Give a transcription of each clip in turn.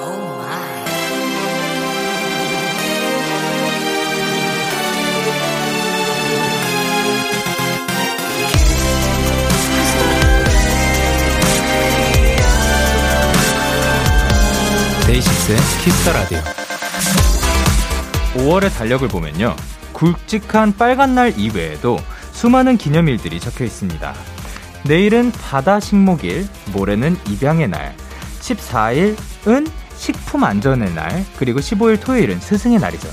Oh 데이식스의 키스터 라디오. 5월의 달력을 보면요. 굵직한 빨간 날 이외에도 수많은 기념일들이 적혀 있습니다. 내일은 바다 식목일, 모레는 입양의 날, 14일은 식품 안전의 날, 그리고 15일 토요일은 스승의 날이죠.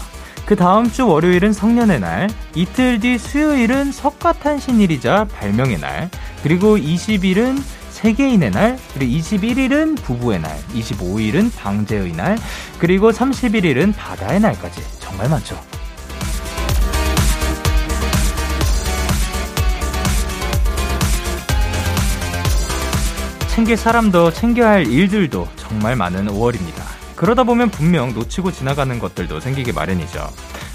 그 다음 주 월요일은 성년의 날, 이틀 뒤 수요일은 석가탄신일이자 발명의 날, 그리고 20일은 세계인의 날, 그리고 21일은 부부의 날, 25일은 방제의 날, 그리고 31일은 바다의 날까지 정말 많죠. 챙길 사람도 챙겨야 할 일들도 정말 많은 5월입니다. 그러다 보면 분명 놓치고 지나가는 것들도 생기기 마련이죠.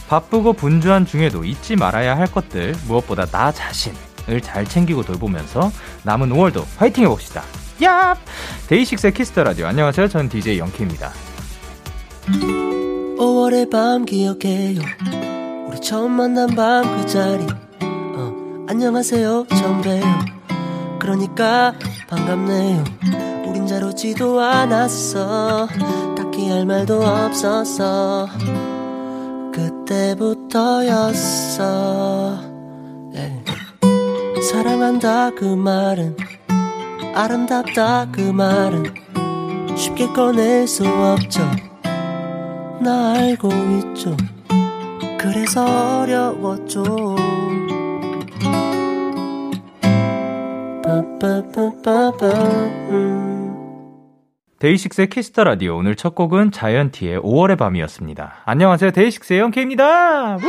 바쁘고 분주한 중에도 잊지 말아야 할 것들, 무엇보다 나 자신을 잘 챙기고 돌보면서 남은 5월도 화이팅 해봅시다. 야 데이식스의 키스터 라디오. 안녕하세요. 저는 DJ 영케입니다. 5월의 밤 기억해요. 우리 처음 만난 밤 그 자리. 어, 안녕하세요. 처음 봬요. 그러니까 반갑네요. 우린 잘 오지도 않았어. 딱히 할 말도 없었어. 그때부터였어. 예. 사랑한다 그 말은 아름답다 그 말은 쉽게 꺼낼 수 없죠. 나 알고 있죠. 그래서 어려웠죠. 음. 데이식스의 키스터 라디오 오늘 첫 곡은 자이언티의 5월의 밤이었습니다. 안녕하세요. 데이식스의 영케입니다. 우!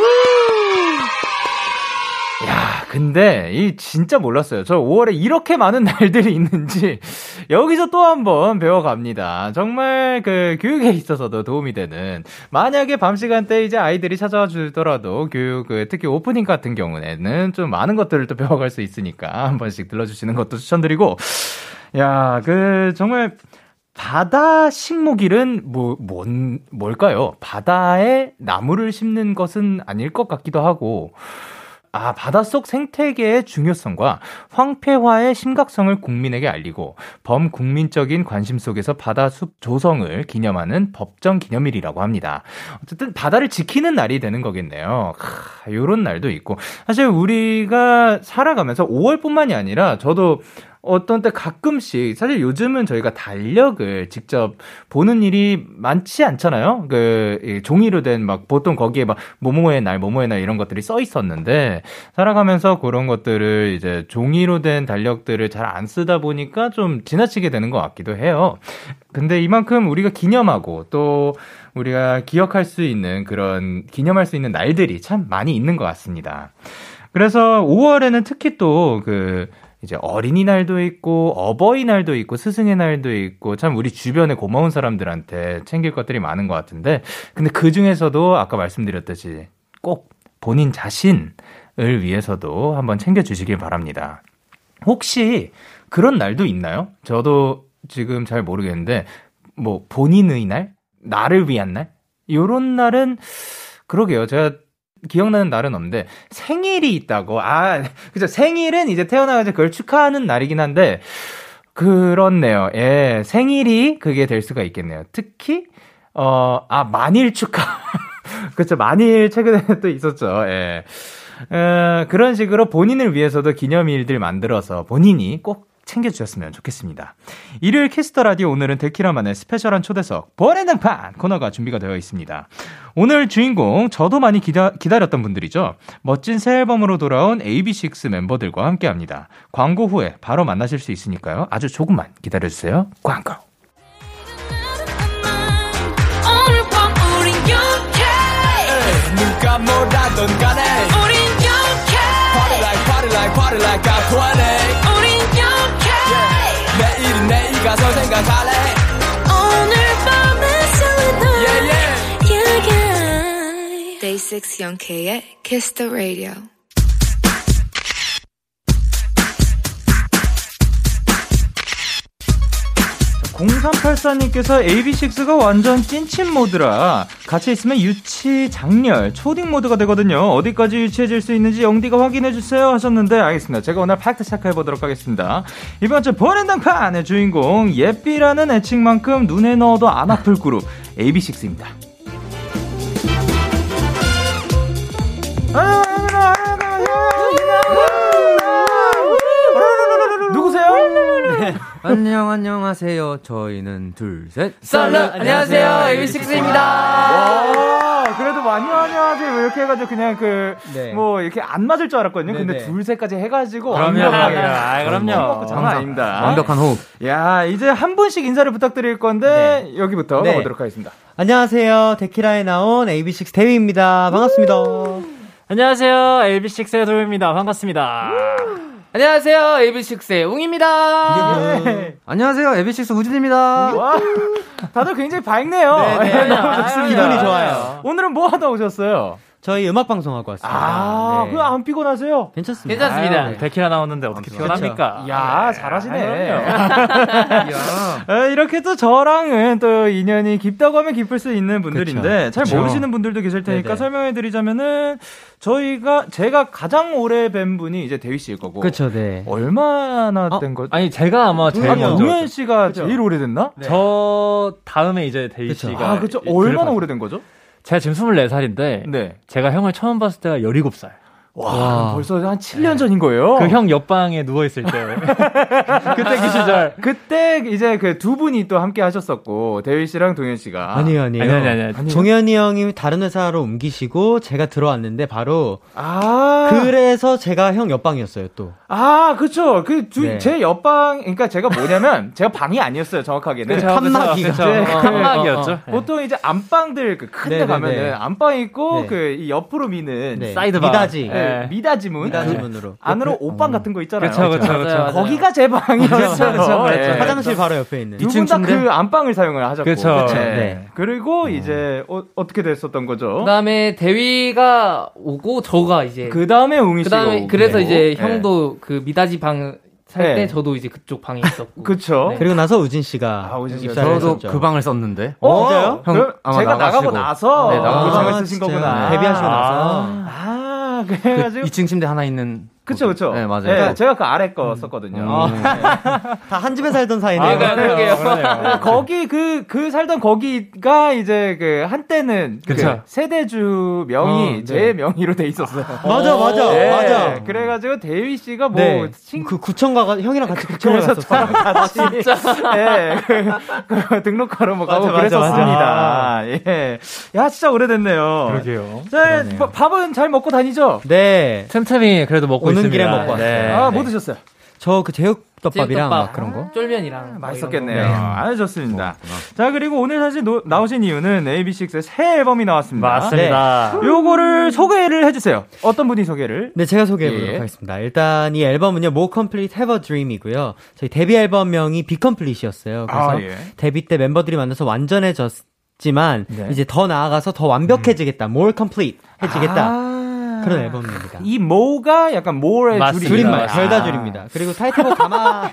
야, 근데 이 진짜 몰랐어요. 저 5월에 이렇게 많은 날들이 있는지 여기서 또 한번 배워갑니다. 정말 그 교육에 있어서도 도움이 되는 만약에 밤 시간 때 이제 아이들이 찾아와 주더라도 교육 그 특히 오프닝 같은 경우에는 좀 많은 것들을 또 배워갈 수 있으니까 한 번씩 들러주시는 것도 추천드리고 야, 그 정말 바다 식목일은 뭐, 뭔, 뭘까요? 바다에 나무를 심는 것은 아닐 것 같기도 하고, 아, 바닷속 생태계의 중요성과 황폐화의 심각성을 국민에게 알리고 범국민적인 관심 속에서 바다숲 조성을 기념하는 법정 기념일이라고 합니다. 어쨌든 바다를 지키는 날이 되는 거겠네요. 크, 요런 날도 있고. 사실 우리가 살아가면서 5월뿐만이 아니라 저도 어떤 때 가끔씩 사실 요즘은 저희가 달력을 직접 보는 일이 많지 않잖아요. 그 이 종이로 된 막 보통 거기에 막 뭐뭐의 날, 뭐뭐의 날 이런 것들이 써 있었는데 살아가면서 그런 것들을 이제 종이로 된 달력들을 잘 안 쓰다 보니까 좀 지나치게 되는 것 같기도 해요. 근데 이만큼 우리가 기념하고 또 우리가 기억할 수 있는 그런 기념할 수 있는 날들이 참 많이 있는 것 같습니다. 그래서 5월에는 특히 또그 이제 어린이날도 있고 어버이날도 있고 스승의 날도 있고 참 우리 주변에 고마운 사람들한테 챙길 것들이 많은 것 같은데 근데 그 중에서도 아까 말씀드렸듯이 꼭 본인 자신을 위해서도 한번 챙겨주시길 바랍니다. 혹시 그런 날도 있나요? 저도 지금 잘 모르겠는데 뭐 본인의 날, 나를 위한 날 이런 날은 그러게요. 제가 기억나는 날은 없는데 생일이 있다고 아 그죠 생일은 이제 태어나가지고 그걸 축하하는 날이긴 한데 그렇네요 예 생일이 그게 될 수가 있겠네요 특히 어 아 만일 축하 그렇죠 만일 최근에 또 있었죠 예 어, 그런 식으로 본인을 위해서도 기념일들 만들어서 본인이 꼭 챙겨주셨으면 좋겠습니다. 일요일 키스터 라디오 오늘은 데키라만의 스페셜한 초대석 보레능판 코너가 준비가 되어 있습니다. 오늘 주인공 저도 많이 기다, 기다렸던 분들이죠. 멋진 새 앨범으로 돌아온 AB6 멤버들과 함께합니다. 광고 후에 바로 만나실 수 있으니까요. 아주 조금만 기다려주세요. 광고. 내일은 내일 가서 생각할래 오늘 밤에 설레는 yeah, yeah. yeah. Day 6 Young K의 Kiss the Radio. 0384님께서 AB6IX가 완전 찐친 모드라 같이 있으면 유치, 장렬, 초딩 모드가 되거든요. 어디까지 유치해질 수 있는지 영디가 확인해주세요 하셨는데 알겠습니다. 제가 오늘 팩트 체크해보도록 하겠습니다. 이번 주 보낸 단판의 주인공 예삐라는 애칭만큼 눈에 넣어도 안 아플 그룹 AB6IX입니다. 아유, 얘들아, 아유, 아유, 아유. 누구세요? 네. 안녕 안녕하세요. 저희는 둘 셋. 썰루 안녕하세요 AB6IX입니다. 와, 그래도 많이 많이 하지. 왜 이렇게 해가지고 그냥 그, 네. 뭐, 이렇게 안 맞을 줄 알았거든요. 근데 네네. 둘, 셋까지 해가지고. 그럼요, 완벽하게. 그럼요. 아, 그럼요. 완벽하고 장난 아닙니다. 완벽한 호흡. 야, 이제 한 분씩 인사를 부탁드릴 건데, 여기부터 네. 가보도록 하겠습니다. 안녕하세요. 데키라에 나온 AB6 대위입니다. 반갑습니다. 안녕하세요 AB6IX의 도입니다. 반갑습니다. 안녕하세요 AB6IX의 웅입니다. 네. 예. 안녕하세요. 에비식스 우진입니다. 와, 다들 굉장히 밝네요. 네네. 너무 좋습니다. 기분이 좋아요. 오늘은 뭐 하다 오셨어요? 저희 음악 방송하고 왔습니다. 아, 네. 그안 피곤하세요? 괜찮습니다. 아, 괜찮습니다. 데키라 나오는데 어떻게 변합니까? 야, 잘하시네. 그렇죠. 에, 이렇게 또 저랑은 또 인연이 깊다고 하면 깊을 수 있는 분들인데 잘 모르시는 분들도 계실 테니까 네네. 설명해 드리자면은 저희가 제가 가장 오래 뵌 분이 이제 대휘 씨일 거고 그렇죠. 네. 얼마나 된 거죠? 아니 제가 아마 제일 아니 먼저 우현 씨가 제일 오래됐나? 네. 저 다음에 이제 데이 그쵸. 씨가 아 그렇죠. 이- 얼마나 들어가- 오래된 거죠? 제가 지금 24살인데 네. 제가 형을 처음 봤을 때가 17살. 와, 벌써 한 7년 전인 거예요. 어. 그 형 옆방에 누워 있을 때. 그때 그 시절. 그때 이제 그 두 분이 또 함께 하셨었고 대휘 씨랑 동현 씨가 아니요, 아니요. 아니, 아니, 아니, 아니. 종현이 형이 다른 회사로 옮기시고 제가 들어왔는데 바로 아 그래서 제가 형 옆방이었어요, 또. 아, 그쵸. 그, 두, 네. 제 옆방, 그러니까 제가 뭐냐면, 제가 방이 아니었어요, 정확하게는. 그쵸, 네, 칸막이가. 그쵸. 어, 네, 그 칸막이었죠. 네. 보통 이제 안방들, 그 큰 데 네네네. 가면은, 안방이 있고, 네. 그, 이 옆으로 미는, 네. 사이드바. 미다지. 그 미다지문. 미다지문으로. 그 안으로 옷방 같은 거 있잖아요. 그쵸, 그쵸, 맞아요, 맞아요. 그쵸. 거기가 제 방이었어요. 그쵸, 그쵸, 그쵸. 네. 화장실 바로 옆에 있는. 두분 다 그 안방을 사용을 하셨고. 그쵸. 네. 네. 그리고 이제, 어, 떻게 됐었던 거죠? 그다음에 대위가 오고 저가 이제 그 다음에 웅이 씨가. 그다음에 오고. 그래서 이제 네. 형도 그 미다지 방 살 때 네. 저도 이제 그쪽 방에 있었고 그쵸. 네. 그리고 나서 우진 씨가 아, 우진 씨가 입사를 저도 했었죠. 그 방을 썼는데. 어, 진짜요? 그럼 형 아마 제가 나가고 나가시고. 나서 네, 나가고 그 방을 아, 쓰신 진짜요? 거구나. 데뷔하시고 나서. 아, 그래가지고. 2층 침대 하나 있는. 그쵸, 그쵸. 네, 맞아요. 예, 제가 그 아래 거 썼거든요. 아, 다 한 집에 살던 아, 사이네요. 아, 네, 거기, 그, 그 살던 거기가 이제 그 한때는 그 그쵸. 세대주 명이 어, 네. 제 명의로 돼 있었어요. 맞아, 맞아, 예, 맞아. 그래가지고 데이비 씨가 뭐, 네. 친, 그 구청 가 형이랑 같이 구청을 그래서 갔었어. 저랑 같이 예, 그, 그 등록하러 뭐 가고 맞아, 맞아, 그랬었습니다. 예. 야, 진짜 오래됐네요. 그러게요. 자, 바- 밥은 잘 먹고 다니죠? 네. 틈틈이 그래도 먹고 오는 있습니다. 네. 길에 먹고 왔어요. 아, 뭐 드셨어요? 저 그 제육덮밥, 제육덮밥이랑 막 그런 거. 쫄면이랑 뭐 맛있었겠네요. 이런 거. 아주 좋습니다. 자, 어, 그리고 오늘 사실 노- 나오신 이유는 AB6IX의 새 앨범이 나왔습니다. 맞습니다. 네. 요거를 소개를 해주세요. 어떤 분이 소개를? 네, 제가 소개해보도록 예. 하겠습니다. 일단 이 앨범은요, More Complete Have a Dream이고요. 저희 데뷔 앨범명이 Be Complete이었어요. 그래서 아, 예. 데뷔 때 멤버들이 만나서 완전해졌지만 네. 이제 더 나아가서 더 완벽해지겠다, More Complete 해지겠다 음. 아. 그런 앨범입니다. 이 모가 약간 모의 맞습니다. 줄이 아. 줄임말, 별다줄입니다. 그리고 타이틀곡 가마,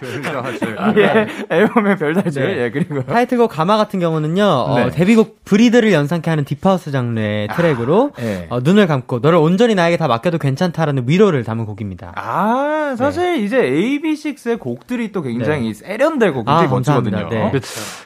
예, 앨범의 별다줄. 네. 예, 그리고. 타이틀곡 가마 같은 경우는요, 어, 네. 데뷔곡 브리드를 연상케 하는 딥하우스 장르의 트랙으로 예. 어, 눈을 감고 너를 온전히 나에게 다 맡겨도 괜찮다라는 위로를 담은 곡입니다. 아, 사실 네. 이제 AB6IX의 곡들이 또 굉장히 세련되고 굉장히 아, 감사합니다. 멋지거든요. 네.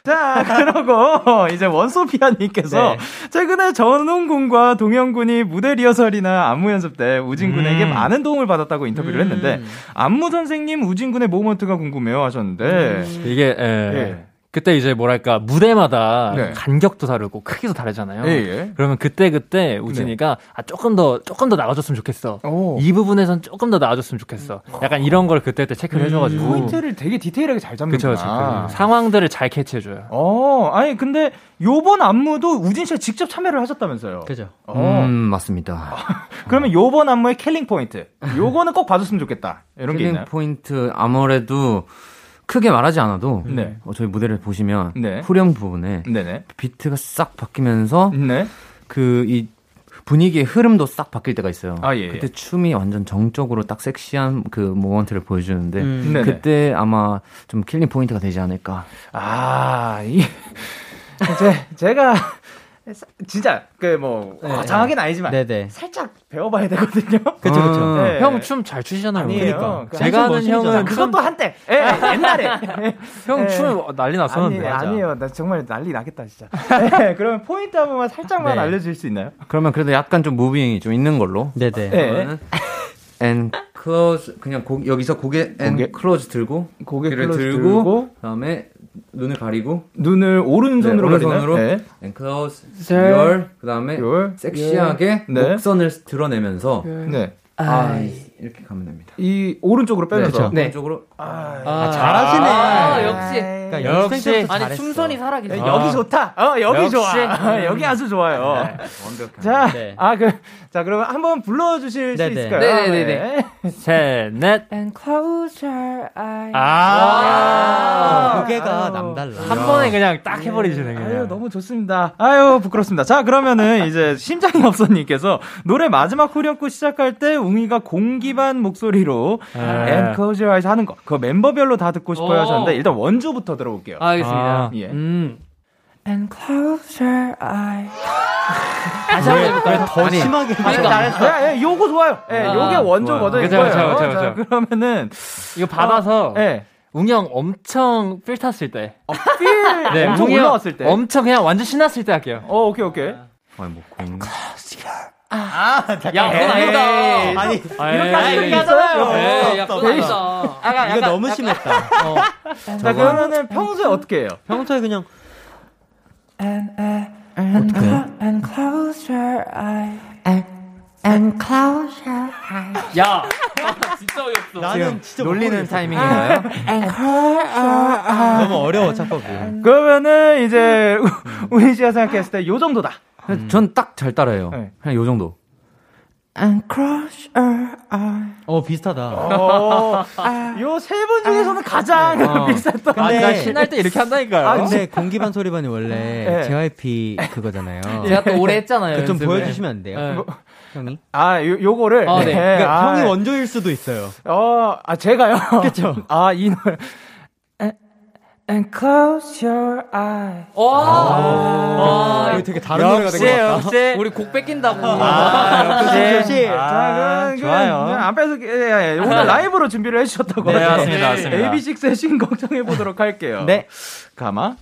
자, 그러고 이제 원소피아님께서 네. 최근에 전웅 군과 동현 군이 무대 리허설이나 안무 연습 때 우진 군에게 많은 도움을 받았다고 인터뷰를 했는데 안무 선생님 우진 군의 모먼트가 궁금해요 하셨는데 음. 이게 예. 예. 그때 이제 뭐랄까 무대마다 네. 간격도 다르고 크기도 다르잖아요. 예, 예. 그러면 그때 그때 우진이가 아 조금 더 조금 더 나가줬으면 좋겠어. 오. 이 부분에선 조금 더 나가줬으면 좋겠어. 약간 이런 걸 그때 그때 체크를 해줘가지고 포인트를 되게 디테일하게 잘 그쵸 잡는구나. 그쵸. 그 상황들을 잘 캐치해줘요. 어, 아니 근데 요번 안무도 우진 씨가 직접 참여를 하셨다면서요. 그죠? 어. 음, 맞습니다. 그러면 요번 안무의 캘링 포인트. 요거는 꼭 봐줬으면 좋겠다. 이런 게 힐링 있나요? 포인트 아무래도 크게 말하지 않아도 네. 어, 저희 무대를 보시면 네. 후렴 부분에 네네. 비트가 싹 바뀌면서 네. 그 이 분위기의 흐름도 싹 바뀔 때가 있어요. 아, 예, 예. 그때 춤이 완전 정적으로 딱 섹시한 그 모먼트를 보여주는데 네네. 그때 아마 좀 킬링 포인트가 되지 않을까. 아, 이, 제, 제가, 사- 진짜, 그, 뭐, 거창하긴 아니지만, 네네. 살짝 배워봐야 되거든요. 그쵸, 그쵸. 네. 형 춤 잘 추시잖아요. 그러니까. 아니에요. 그 제가 한참 아는 형은 그것도 한때, 예, 옛날에. 예. 형춤 뭐 난리 아니, 났었는데. 아니에요. 나 정말 난리 나겠다, 진짜. 네, 그러면 포인트 한 번만 살짝만 네. 알려주실 수 있나요? 그러면 그래도 약간 좀 무빙이 좀 있는 걸로. 네네. 네. 앤 클로즈 그냥 고- 여기서 고개 앤 고개. 클로즈 들고 고개를 들고, 그다음에 눈을 가리고 눈을 오른손으로 네, 가리나요? 오른손으로 네. 앤 클로즈 열 그다음에 열, 섹시하게 네. 목선을 드러내면서 네. 아 이렇게 가면 됩니다. 이 오른쪽으로 빼면서. 그렇죠. 네. 쪽으로 아, 잘하시네. 아, 역시. 그러니까 연습생 역시. 때부터 아니, 잘했어. 춤선이 야, 살아계세요. 네, 여기 좋다. 어, 여기 역시. 좋아. 어, 여기 아주 좋아요. 자, 네. 아, 그, 자, 그러면 한번 불러주실 네네. 수 있을까요? 네네네네. 셋, 넷. And close your eyes. 아. 어, 고개가 아유. 남달라. 한 번에 그냥 딱 해버리시네 그냥. 예. 아유, 너무 좋습니다. 아유, 부끄럽습니다. 자, 그러면은 이제 심장이 없어님께서 노래 마지막 후렴구 시작할 때 웅이가 공기반 목소리로 아. And Close Your Eyes 하는 거. 그거 멤버별로 다 듣고 싶어요 오. 하셨는데 일단 원조부터 들어볼게요. 알겠습니다. 아. 예. 음. And close your eyes. 다시 한번 해볼까요? 더 아, 심하게. 잘했어. 예, 예, 요거 좋아요. 예, 아, 요게 원조거든. 그러니까. 좋아요. 그쵸, 이거예요. 그쵸, 그쵸, 자, 그쵸. 그러면은, 이거 어, 받아서 네. 예. 웅형 엄청 필 탔을 때. 필 네, 엄청 웅이 형 올라왔을 때. 엄청 그냥 완전 신났을 때 할게요. 어, 오케이, 아. 오케이. 아니 뭐 공. 야, 그건 아니다. 아니, 이렇게 아, 이렇게 하잖아요. 네, 에이, 야, 그건 아니다. 약간, 이거 너무 심했다. 자, 그러면은 평소에 어떻게 해요? 평소에 그냥 야. 아, 진짜 어이없어. 나는 진짜 놀리는 타이밍인가요? 너무 어려워 작곡이. 그러면은 이제, 우리 씨가 생각했을 때 요 정도다. 전 딱 잘 따라해요. 네. 그냥 요 정도. 어 비슷하다. 아, 아, 요 세 분 중에서는 가장 비쌌던. 나 신날 때 이렇게 한다니까요. 아, 근데 공기반 소리반이 원래 네. JYP 그거잖아요. 제가 또 오래 네, 했잖아요. 좀 연습을. 보여주시면 안 돼요, 뭐, 네. 형이? 아, 요, 요거를. 아, 네. 그러니까 아, 형이 원조일 수도 있어요. 어, 아, 제가요? 그쵸. 아, 이 노래. 오! 어, 어, 아, 와. 이거 되게 다른 노래가 된 것 같다. 역시. 우리 곡 뺏긴다고. 아, 역시. 아, 자, 그럼, 좋아요. 그냥 안 뺏어, 예, 예. 오늘 라이브로 준비를 해주셨다고. 네, 하죠. 맞습니다, 맞습니다. AB6IX의 신곡 정해보도록 할게요. 네. 가마.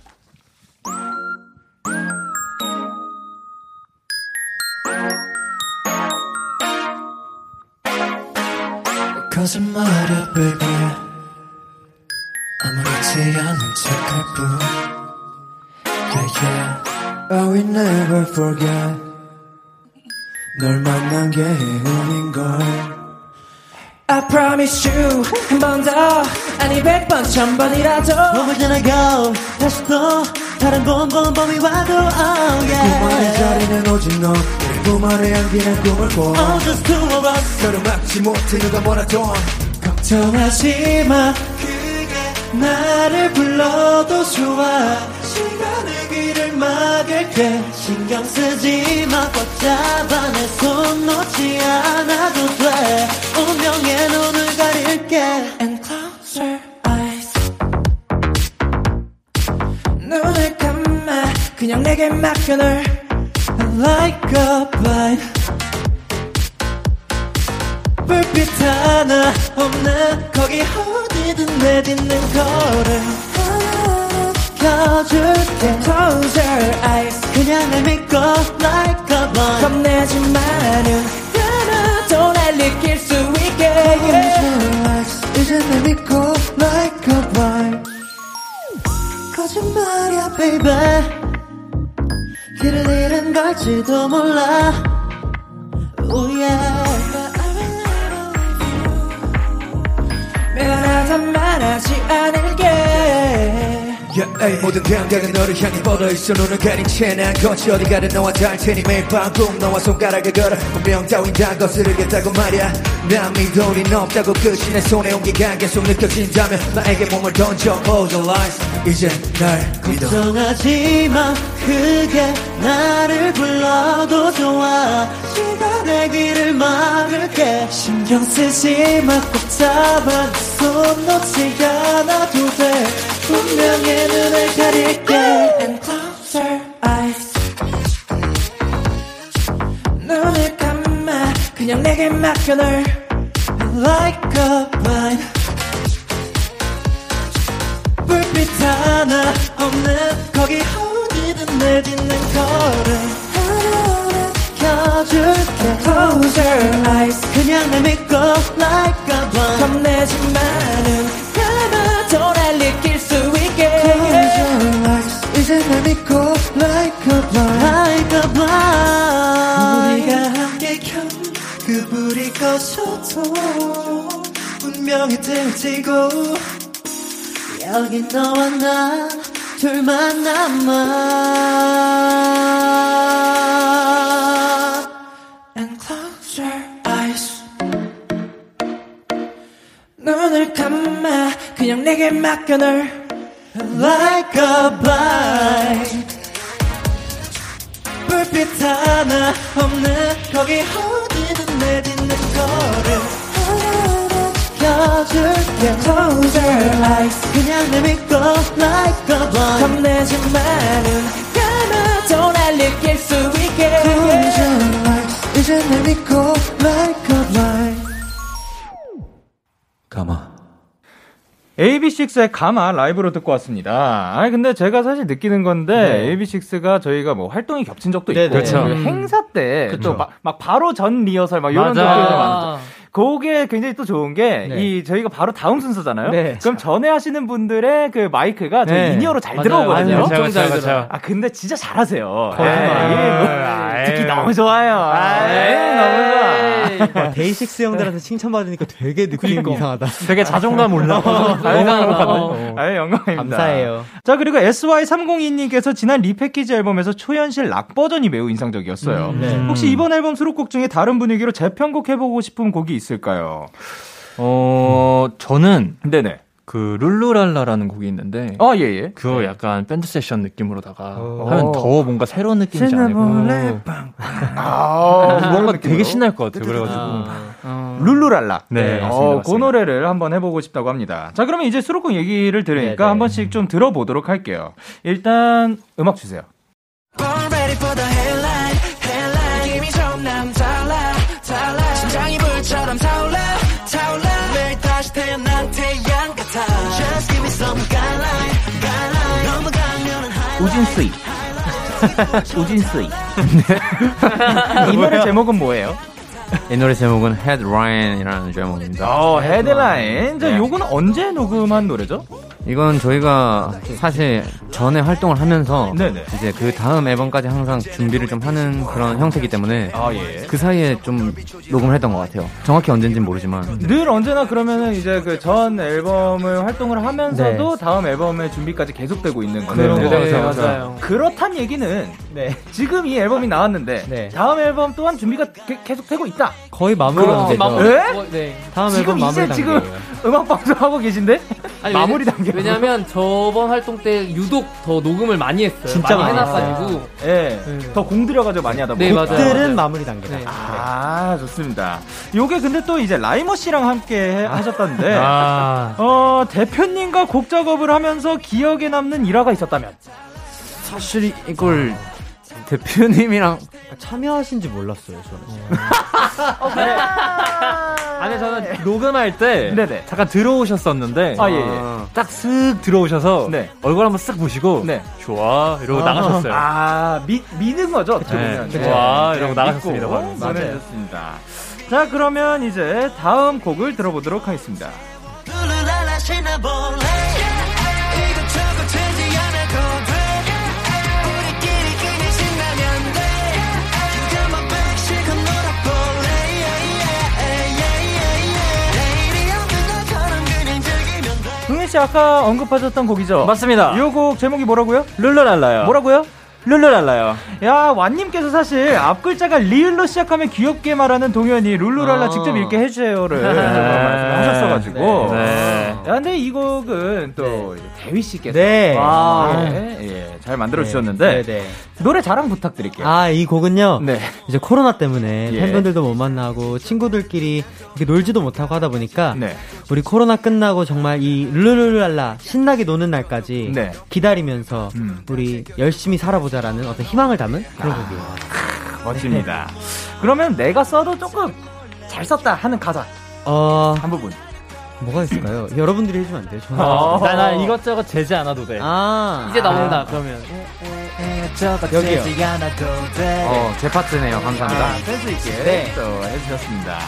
거짓말이야 baby 아무렇지 않은 척할 뿐 Yeah yeah I will never forget 널 만난 게 행운인걸 I promise you 한 번더 아니 백번 천번이라도 너무잖아 go 다시 또 다른 곰곰범이 와도 oh 꿈만의 자리는 오직 너 우리 꿈만의 향기는 꿈을 꿔 Oh, just two of us 서로 막지 못해 누가 뭐라도 걱정하지 마 그게 나를 불러도 좋아 시간의 길을 막을게 신경 쓰지 마 꽂잡아 내 손 놓지 않아도 돼 운명의 눈을 가릴게 And close your eyes 눈을 감아 그냥 내게 맡겨 널 Like a blind 불빛 하나 없는 거기 어디든 내딛는 거를 켜줄게 Close your eyes 그냥 날 믿고 like a light 겁내지 마는 하나도 날 느낄 수 있게 Close your eyes 이제 날 믿고 like a light 거짓말이야 baby 길을 잃은 걸지도 몰라 Oh yeah 미안하단 말하지 않을게 Yeah 나의 모든 감각은 너를 향해 뻗어있어 눈을 가린 채난 거치 어디 가든 너와 잘 테니 매일 밤꿈 너와 손가락에 걸어 운명 따윈 다 거스르겠다고 말야 난 믿어 우린 없다고 끝이 내 손에 온 기간 계속 느껴진다면 나에게 몸을 던져 All the lies 이제 날 믿어 걱정하지마 그게 나를 불러도 좋아 네가 내 길을 막을게 신경 쓰지 마꼭 잡아 네손 놓지 않아도 돼 분명히 눈을 가릴게 And close your eyes. 눈을 감아 그냥 내게 맡겨 널 Like a vine 불빛 하나 없는 거기 혼이든 내 딛는 걸음 하나하나 켜줄게 Close your eyes 그냥 내 믿고 like a vine 겁내지만은 아마도 날 느낄 수 있게 이제 날 믿고 like a blind like a blind 우리가 함께 켠그 불이 꺼져도 분명히 들지고 여기 너와 나 둘만 남아 And close your eyes 눈을 감아 그냥 내게 맡겨 널 like a blind 불빛 하나 없는 거기 어디든 내딛는 걸음 하나하나 켜줄게 Close your eyes 그냥 내 믿고 like a blind 겁내지만은 아마도 날 느낄 수 있게 이제 내 믿고 like a blind 가마 AB6IX의 가마 라이브로 듣고 왔습니다. 아니, 근데 제가 사실 느끼는 건데, AB6IX가 저희가 뭐 활동이 겹친 적도 있고, 네. 네네. 그렇죠. 그렇죠. 그리고 행사 때, 또 막, 막 바로 전 리허설, 막 이런 맞아. 적도 많았죠. 그게 굉장히 또 좋은 게, 네. 이, 저희가 바로 다음 순서잖아요? 네. 그럼 전에 하시는 분들의 그 마이크가 저희 네. 인이어로 잘 맞아요. 들어오거든요. 아유, 그렇죠. 제가 제가 제가 아, 근데 진짜 잘하세요. 예, 거짓말. 예, 뭐, 듣기 아유. 너무 좋아요. 예, 너무 좋아. 와, 뭐 데이식스 형들한테 칭찬받으니까 되게 느낌 이 이상하다. 되게 자존감 아, 올라가. 어. 이상하다. 아유, 어. 영광입니다. 감사해요. 자, 그리고 SY302님께서 지난 리패키지 앨범에서 초현실 락 버전이 매우 인상적이었어요. 혹시 이번 앨범 수록곡 중에 다른 분위기로 재편곡 해보고 싶은 곡이 있을까요? 어, 저는 네네. 그 룰루랄라라는 곡이 있는데 아, 예, 예. 그거 약간 밴드 세션 느낌으로다가 하면 더 뭔가 새로운 느낌이지 않을까. 어. 아, 뭔가 되게 신날 것 같아요. 그래가지고. 음. 룰루랄라. 네, 맞습니다, 어, 그 맞습니다. 노래를 한번 해보고 싶다고 합니다. 자, 그러면 이제 수록곡 얘기를 들으니까 네네. 한 번씩 좀 들어보도록 할게요. 일단 음악 주세요. Born ready for the headline, headline. 힘이 점점 달라, 달라. 심장이 불처럼 타올라, 타올라. 매일 다시 태어난 태양 같아. Just give me some guideline, guideline. 너무 강렬한 우진스이. 우진스이. 이 노래 제목은 뭐예요? 이 노래 제목은 Head Ryan이라는 제목입니다. 어, 헤드라인. 자, 요건 언제 녹음한 노래죠? 이건 저희가 사실 전에 활동을 하면서 네네. 이제 그 다음 앨범까지 항상 준비를 좀 하는 그런 형태이기 때문에 아, 예. 그 사이에 좀 녹음을 했던 것 같아요. 정확히 언젠지는 모르지만 늘 언제나 그러면은 이제 그 전 앨범을 활동을 하면서도 다음 앨범의 준비까지 계속되고 있는 거네요. 그런 거 네, 같아요. 맞아요. 그렇단 얘기는 네. 지금 이 앨범이 나왔는데 네. 다음 앨범 또한 준비가 게- 계속되고 있다. 거의 마무리 단계죠. 에? 어, 네. 다음 지금 앨범 마무리 이제 단계. 지금 음악 방송 하고 계신데 마무리 단계. 왜냐면 저번 활동 때 유독 더 녹음을 많이 했어요. 진짜 많이 많이 해놨어가지고. 예. 더 공들여가지고 많이 하다 보니까. 네, 맞아요. 들은 마무리 단계다. 네. 아, 좋습니다. 요게 근데 또 이제 라이머 씨랑 함께 하셨던데 아, 어, 대표님과 곡 작업을 하면서 기억에 남는 일화가 있었다면? 사실 이걸 대표님이랑 참여하신지 몰랐어요, 저는. 아니 저는 녹음할 때 네네. 잠깐 들어오셨었는데 아, 예, 예. 딱 쓱 들어오셔서 네. 얼굴 한번 쓱 보시고 네. 좋아 이러고 나가셨어요. 아, 미, 미는 거죠? 어떻게 네. 보면. 네. 그쵸. 와, 이러고 나가셨습니다, 바로. 맞아요. 자, 그러면 이제 다음 곡을 들어보도록 하겠습니다. 룰루랄라 신나볼래. 이거 저거 재지 않아도 돼. 우리끼리끼리 신나면 돼. You got my back, 실컷 놀아볼래. Yeah, yeah, yeah, yeah, yeah. 내일이 없는 것처럼 그냥 즐기면 돼. 흥혜 씨 아까 언급하셨던 곡이죠? 맞습니다. 이 곡 제목이 뭐라고요? 룰루랄라요. 뭐라고요? 룰루랄라요. 야, 완님께서 사실 앞 글자가 리을로 시작하면 귀엽게 말하는 동현이 룰루랄라 아. 직접 읽게 해주세요를 네. 하셨어가지고. 네. 야, 근데 이 곡은 또 대휘 씨께서 네. 아, 와, 네. 예, 잘 만들어 주셨는데 네, 네. 노래 자랑 부탁드릴게요. 네. 아, 이 곡은요. 이제 코로나 때문에 예. 팬분들도 못 만나고 친구들끼리 이렇게 놀지도 못하고 하다 보니까 네. 우리 코로나 끝나고 정말 이 룰루랄라 신나게 노는 날까지 네. 음. 기다리면서 우리 열심히 살아보자라는 어떤 희망을 담은 그런 아, 곡이에요. 멋집니다. 그러면 내가 써도 조금 잘 썼다 하는 가사 어, 한 부분. 뭐가 있을까요? 여러분들이 해주면 안 돼요? 저는. 아. 어, 나, 나 이것저것 제지 않아도 돼. 아. 이제 나온다 아. 그러면 여기요. 어, 제 파트네요. 감사합니다. 아, 센스 있게 네. 또 해주셨습니다.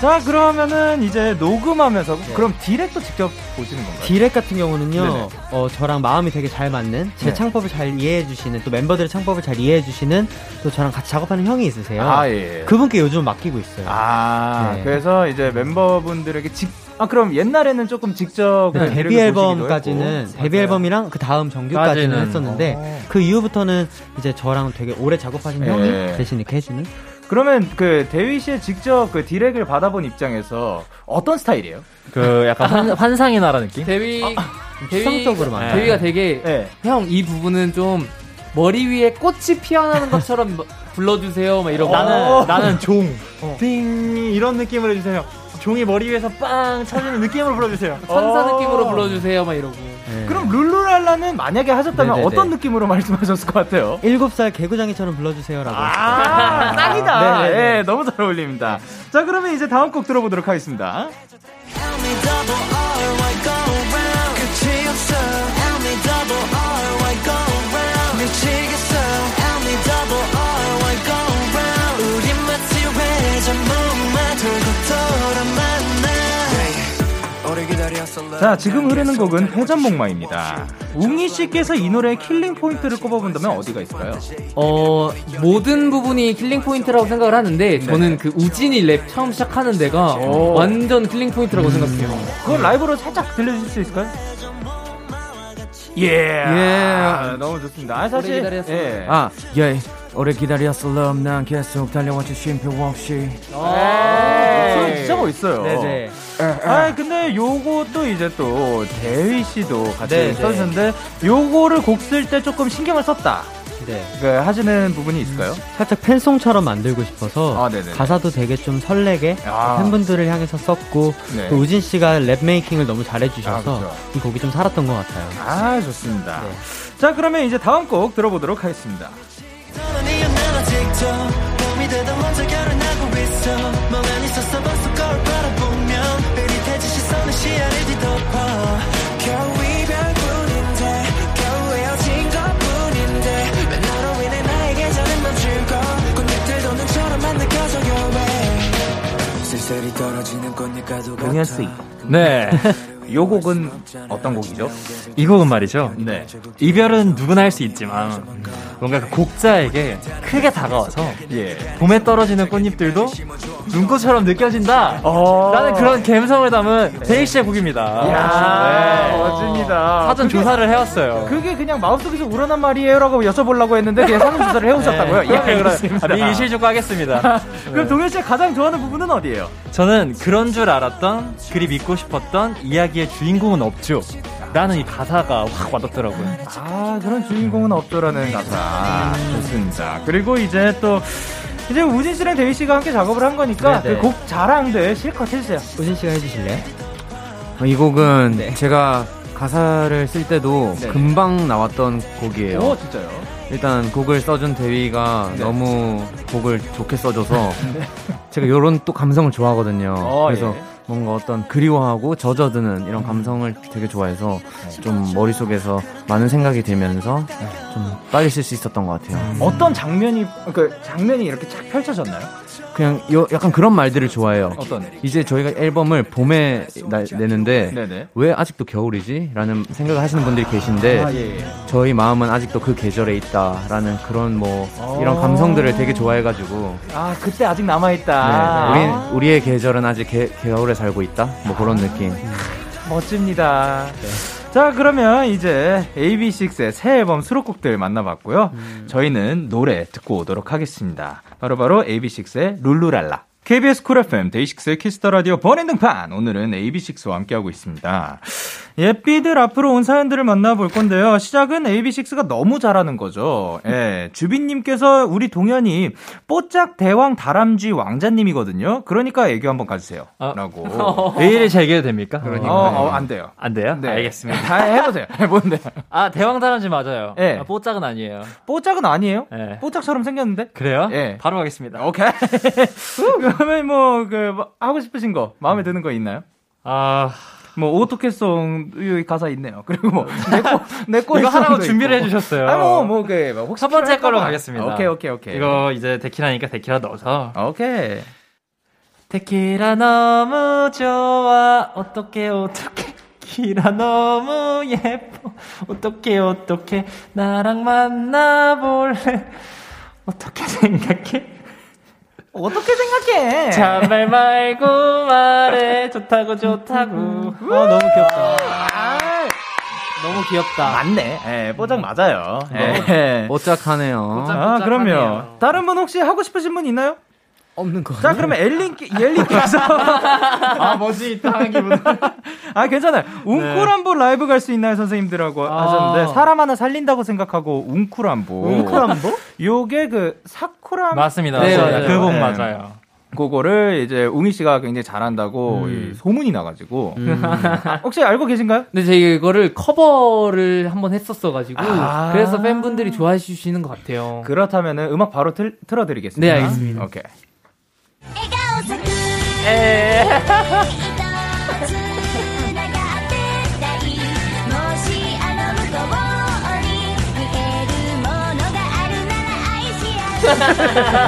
자, 그러면은 이제 녹음하면서 그럼 디렉도 직접 보시는 건가요? 디렉 같은 경우는요, 네네. 어, 저랑 마음이 되게 잘 맞는, 제 네. 창법을 잘 이해해주시는, 또 멤버들의 창법을 잘 이해해주시는, 또 저랑 같이 작업하는 형이 있으세요. 아, 예. 그분께 요즘 맡기고 있어요. 아, 네. 그래서 이제 멤버분들에게 직, 아, 그럼 옛날에는 조금 직접 네, 디렉을 데뷔 보시기도 앨범까지는 했고. 어. 데뷔 앨범이랑 그 다음 정규까지는 맞아요. 했었는데 그 이후부터는 이제 저랑 되게 오래 작업하신 예. 형이 대신 이렇게 해주는 그러면 그 대휘 씨의 직접 그 디렉을 받아본 입장에서 어떤 스타일이에요? 그 약간 환, 상의 나라 느낌? 대위 대위- 아, 추상적으로 많아요. 대위가 되게 네. 형 이 부분은 좀 머리 위에 꽃이 피어나는 것처럼 뭐- 불러주세요 막 어. 어. 이런 거. 나는 나는 종. 띵 이런 느낌으로 해주세요. 종이 머리 위에서 빵 쳐지는 느낌으로 불러주세요. 천사 어. 느낌으로 불러주세요 막 이러고 그럼 룰루랄라는 만약에 하셨다면 네네네. 어떤 느낌으로 말씀하셨을 것 같아요? 7살 개구장이처럼 불러주세요라고 아, 딱이다. 네, 네. 예, 너무 잘 어울립니다. 자, 그러면 이제 다음 곡 들어보도록 하겠습니다. 자, 지금 흐르는 곡은 회전목마입니다. 웅이 씨께서 이 노래의 킬링 포인트를 꼽아본다면 어디가 있을까요? 어 모든 부분이 킬링 포인트라고 생각을 하는데 네. 저는 그 우진이 랩 처음 시작하는 데가 오. 완전 킬링 음. 포인트라고 생각해요. 그걸 라이브로 살짝 들려주실 수 있을까요? 예. 아, 너무 좋습니다. 아, 사실 오래 기다렸어요. 예. 아, 예. 오래 기다렸어, love. 난 계속 달려왔지, 쉼표 없이. 목소리 아, 진짜 멋있어요. 네네. 아 근데 요것도 이제 또 대휘 씨도 같이 네네. 썼는데 요거를 곡 쓸 때 조금 신경을 썼다. 네. 그 하시는 부분이 있을까요? 살짝 팬송처럼 만들고 싶어서 아, 네네네. 가사도 되게 좀 설레게 아. 팬분들을 향해서 썼고 네. 또 우진 씨가 랩 메이킹을 너무 아, 잘해주셔서 그쵸. 이 곡이 좀 살았던 것 같아요. 아 좋습니다. 자 그러면 이제 다음 곡 들어보도록 하겠습니다. 동현 씨. 네. 요 곡은 어떤 곡이죠? 이 곡은 말이죠. 이별은 누구나 할 수 있지만 뭔가 그 곡자에게 크게 다가와서 예. 봄에 떨어지는 꽃잎들도 눈꽃처럼 느껴진다. 라는 그런 감성을 담은 데이 씨의 곡입니다. 이야, 네. 멋집니다. 사전 그게- 조사를 해왔어요. 그게 그냥 마음속에서 우러난 말이에요라고 여쭤보려고 했는데 그냥 사전 조사를 해오셨다고요? 예, 네. 그럼 그럼 알겠습니다. 네. 아, 미리 실족하겠습니다. 그럼 동현 씨가 가장 좋아하는 부분은 어디예요? 저는 그런 줄 알았던 그리 믿고 싶었던 이야기의 주인공은 없죠. 라는 이 가사가 확 와닿더라고요. 아 네, 그런 주인공은 없더라는 가사 좋습니다 네. 그리고 이제 또 이제 우진 씨랑 대휘 씨가 함께 작업을 한 거니까 네네. 그 곡 자랑들 실컷 해주세요 우진 씨가 해주실래요? 어, 이 곡은 네. 제가 가사를 쓸 때도 네. 금방 나왔던 곡이에요. 오 진짜요 일단 곡을 써준 대위가 네. 너무 곡을 좋게 써줘서 네. 제가 요런 또 감성을 좋아하거든요. 어, 그래서 예. 뭔가 어떤 그리워하고 젖어드는 이런 음, 감성을 되게 좋아해서 좀 머릿속에서 많은 생각이 들면서 좀 빨리 쓸 수 있었던 것 같아요. 어떤 장면이 그 장면이 이렇게 착 펼쳐졌나요 그냥 요, 약간 그런 말들을 좋아해요. 어떤 이제 저희가 앨범을 봄에 나- 내는데 네네. 왜 아직도 겨울이지? 라는 생각을 하시는 분들이 계신데 아, 예, 예. 저희 마음은 아직도 그 계절에 있다라는 그런 뭐 이런 아. 감성들을 되게 좋아해가지고 아 그때 아직 남아 네, 있다 우린 우리의 계절은 아직 개- 겨울에 살고 있다 뭐 그런 느낌 멋집니다. 자, 그러면 이제 AB6IX의 새 앨범 수록곡들 만나봤고요. 저희는 노래 듣고 오도록 하겠습니다. 바로바로 AB6IX의 룰루랄라. KBS 쿨 FM 데이식스의 키스터 라디오 번인 등판 오늘은 AB6IX와 함께하고 있습니다. 예삐들 앞으로 온 사연들을 만나볼 건데요. 시작은 AB6IX가 너무 잘하는 거죠. 예, 주빈님께서 우리 동현이 뽀짝 대왕 다람쥐 왕자님이거든요. 그러니까 애교 한번 가주세요. 라고. 내일에 재개도 됩니까? 그러니까요. 어, 어, 안 돼요. 안 돼요? 네. 어. 알겠습니다. 다 해보세요. 네, 뭔데? 아, 대왕다람쥐 맞아요. 예. 아, 뽀짝은 아니에요. 뽀짝은 아니에요? 예. 뽀짝처럼 생겼는데? 그래요? 예. 바로 가겠습니다. 네. 오케이. 그러면 뭐, 그, 뭐 하고 싶으신 거, 마음에 드는 거 있나요? 아. 뭐, 오토캐송, 여기 가사 있네요. 그리고 뭐, 내 거, 내 거. 이거 하라고 있어도 준비를 있고. 해주셨어요. 아, 뭐, 뭐, 그, 뭐 혹시 첫 번째 필요할까 걸로 봐. 가겠습니다. 오케이, 오케이, 오케이. 이거 이제 데키라니까 데키라 넣어서. 오케이. 데키라 너무 좋아. 어떻게 어떻게. 키라 너무 예뻐. 어떻게 어떻게 나랑 만나볼래. 어떻게 생각해? 네. 어떻게 생각해? 잔말 말고 말해. 좋다고 좋다고. 아, 너무 귀엽다. 아, 너무 귀엽다. 맞네. 예, 뽀짝 맞아요. 예. 네. 오짝하네요. 아, 그럼요. 다른 분 혹시 하고 싶으신 분 있나요? 없는 거. 자, 그러면 엘린, 엘린께서. 아, 뭐지, 이상한 기분. 아, 괜찮아요. 웅쿨한보 라이브 갈 수 있나요, 선생님들하고 아. 하셨는데, 사람 하나 살린다고 생각하고, 웅쿨한보. 웅쿨한보? 요게 그, 사쿠라. 맞습니다. 네, 맞습니다. 맞아요. 그 곡 네. 맞아요. 그거를 이제 웅이 씨가 굉장히 잘한다고 이 소문이 나가지고. 아, 혹시 알고 계신가요? 근데 제가 이거를 커버를 한번 했었어가지고 아. 그래서 팬분들이 좋아해 주시는 것 같아요. 그렇다면은 음악 바로 틀, 틀어드리겠습니다. 네, 알겠습니다. 오케이.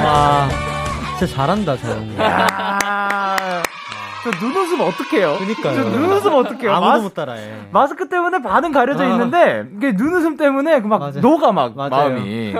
와, 진짜 잘한다, 저 형님. 아. 저 눈웃음 어떡해요? 그니까요. 저 눈웃음 어떡해요? 아무도 마스- 못 따라해. 음. 마스크 때문에 반은 가려져 아. 있는데, 그 눈웃음 때문에 그 막 녹아 막 마음이.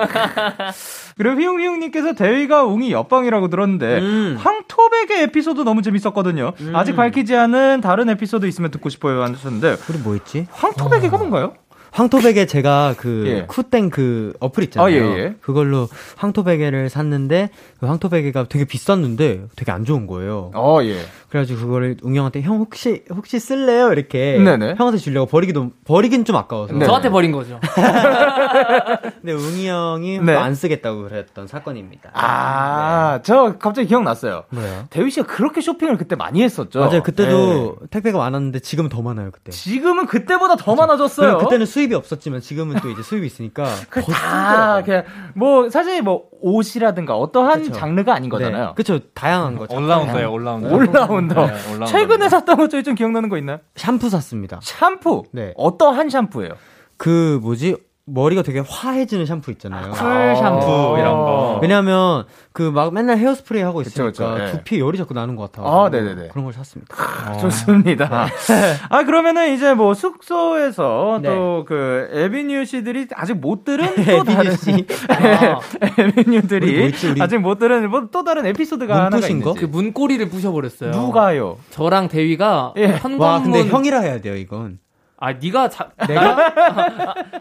그리고 휘용휘용님께서 대위가 웅이 옆방이라고 들었는데 음. 황토백의 에피소드 너무 재밌었거든요. 아직 밝히지 않은 다른 에피소드 있으면 듣고 싶어요 하셨는데 우리 뭐 있지? 황토백이가 뭔가요? 황토베개 제가 그 예. 쿠땡 그 어플 있잖아요. 아, 예, 예. 그걸로 황토베개를 샀는데 그 황토베개가 되게 비쌌는데 되게 안 좋은 거예요. 어 예. 그래가지고 그거를 웅영한테 형 혹시 혹시 쓸래요 이렇게 네네. 형한테 주려고 버리기도 버리긴 좀 아까워서 네. 저한테 버린 거죠. 근데 웅이 형이 네. 또 안 쓰겠다고 그랬던 사건입니다. 아, 저 갑자기 기억났어요. 뭐요? 대위 씨가 그렇게 쇼핑을 그때 많이 했었죠. 맞아요. 예. 그때도 택배가 많았는데 지금 더 많아요 그때. 지금은 그때보다 더 많아졌어요. 그리고 그때는 수입이 없었지만 지금은 또 이제 수입이 있으니까 더 네. 다 그냥 뭐 사실 뭐 옷이라든가 어떠한 장르가 아닌 거잖아요. 그렇죠. 다양한 음, 거죠. 올라운더예요, 올라운더. 네. 올라운더. 네, 올라운더. 최근에 샀던 것 중에 좀 기억나는 거 있나요? 샴푸 샀습니다. 샴푸. 네. 어떠한 샴푸예요? 그 뭐지? 머리가 되게 화해지는 어, 샴푸 있잖아요. 쿨 샴푸 이런 거. 왜냐면 그 막 맨날 헤어스프레이 하고 있으니까 아. 그쵸, 예. 두피에 열이 자꾸 나는 것 같아. 아, 네네네. 그런 걸 샀습니다. 좋습니다. 아 그러면은 이제 뭐 숙소에서 또 그 에비뉴 씨들이 아직 못 들은 또 다른 아. 에비뉴들이 우리 뭐 있지, 우리? 아직 못 들은 뭐 또 다른 에피소드가 하나가 있는지. 그 문고리를 부셔버렸어요. 누가요? 예. 저랑 대위가 현관문 와, 근데 형이라 해야 돼요, 이건. 아, 네가 자, 내가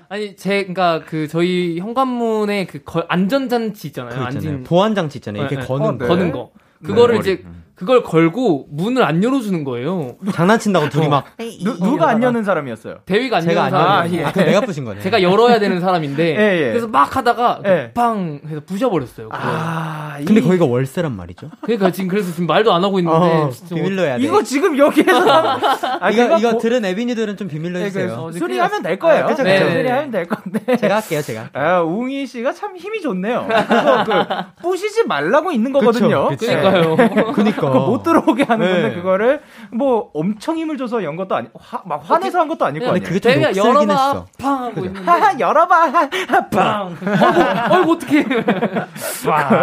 아니 제 그러니까 그 저희 현관문에 그 거- 안전장치 있잖아요. 그거 있잖아요. 안전 보안장치 있잖아요. 이렇게 네, 네. 거는 어, 거. 거는 거. 그거를 이제 음. 그걸 걸고 문을 안 열어주는 거예요. 장난친다고 둘이 막. 누, 누가 안 여는 사람이었어요? 대위가 안 제가 열는 안 사람. 열어요. 아, 그럼 내가 부신 거네. 예. 제가 열어야 되는 사람인데 예, 예. 그래서 막 하다가 예. 아. 빵 해서 부셔버렸어요. 그걸. 근데 거기가 월세란 말이죠. 그러니까 지금 그래서 지금 말도 안 하고 있는데 어, 아, 네, 진짜 뭐 비밀로 해야 돼. 이거 지금 여기에서 아, 이거, 이거 들은 에비니들은 좀 예, 비밀로 네, 그 해주세요. 수리하면 될 거예요. 아, 그쵸, 네, 그쵸. 수리하면 될 건데. 제가 할게요, 제가. 아, 웅이 씨가 참 힘이 좋네요. 그래서 그 부시지 말라고 있는 거거든요. 네. 그쵸, 그쵸. 그러니까요. 그니까. 그거 못 들어오게 하는 네. 건데 그거를 뭐 엄청 힘을 줘서 연 것도 아니, 화, 막 화내서 한 것도 아닐 거 근데 아니에요. 그게 네. 그 좀 대위가 녹슬긴 열어봐. 했어. 빵 하고 있는. 하하 열어봐 빵 어이구 어떻게 네.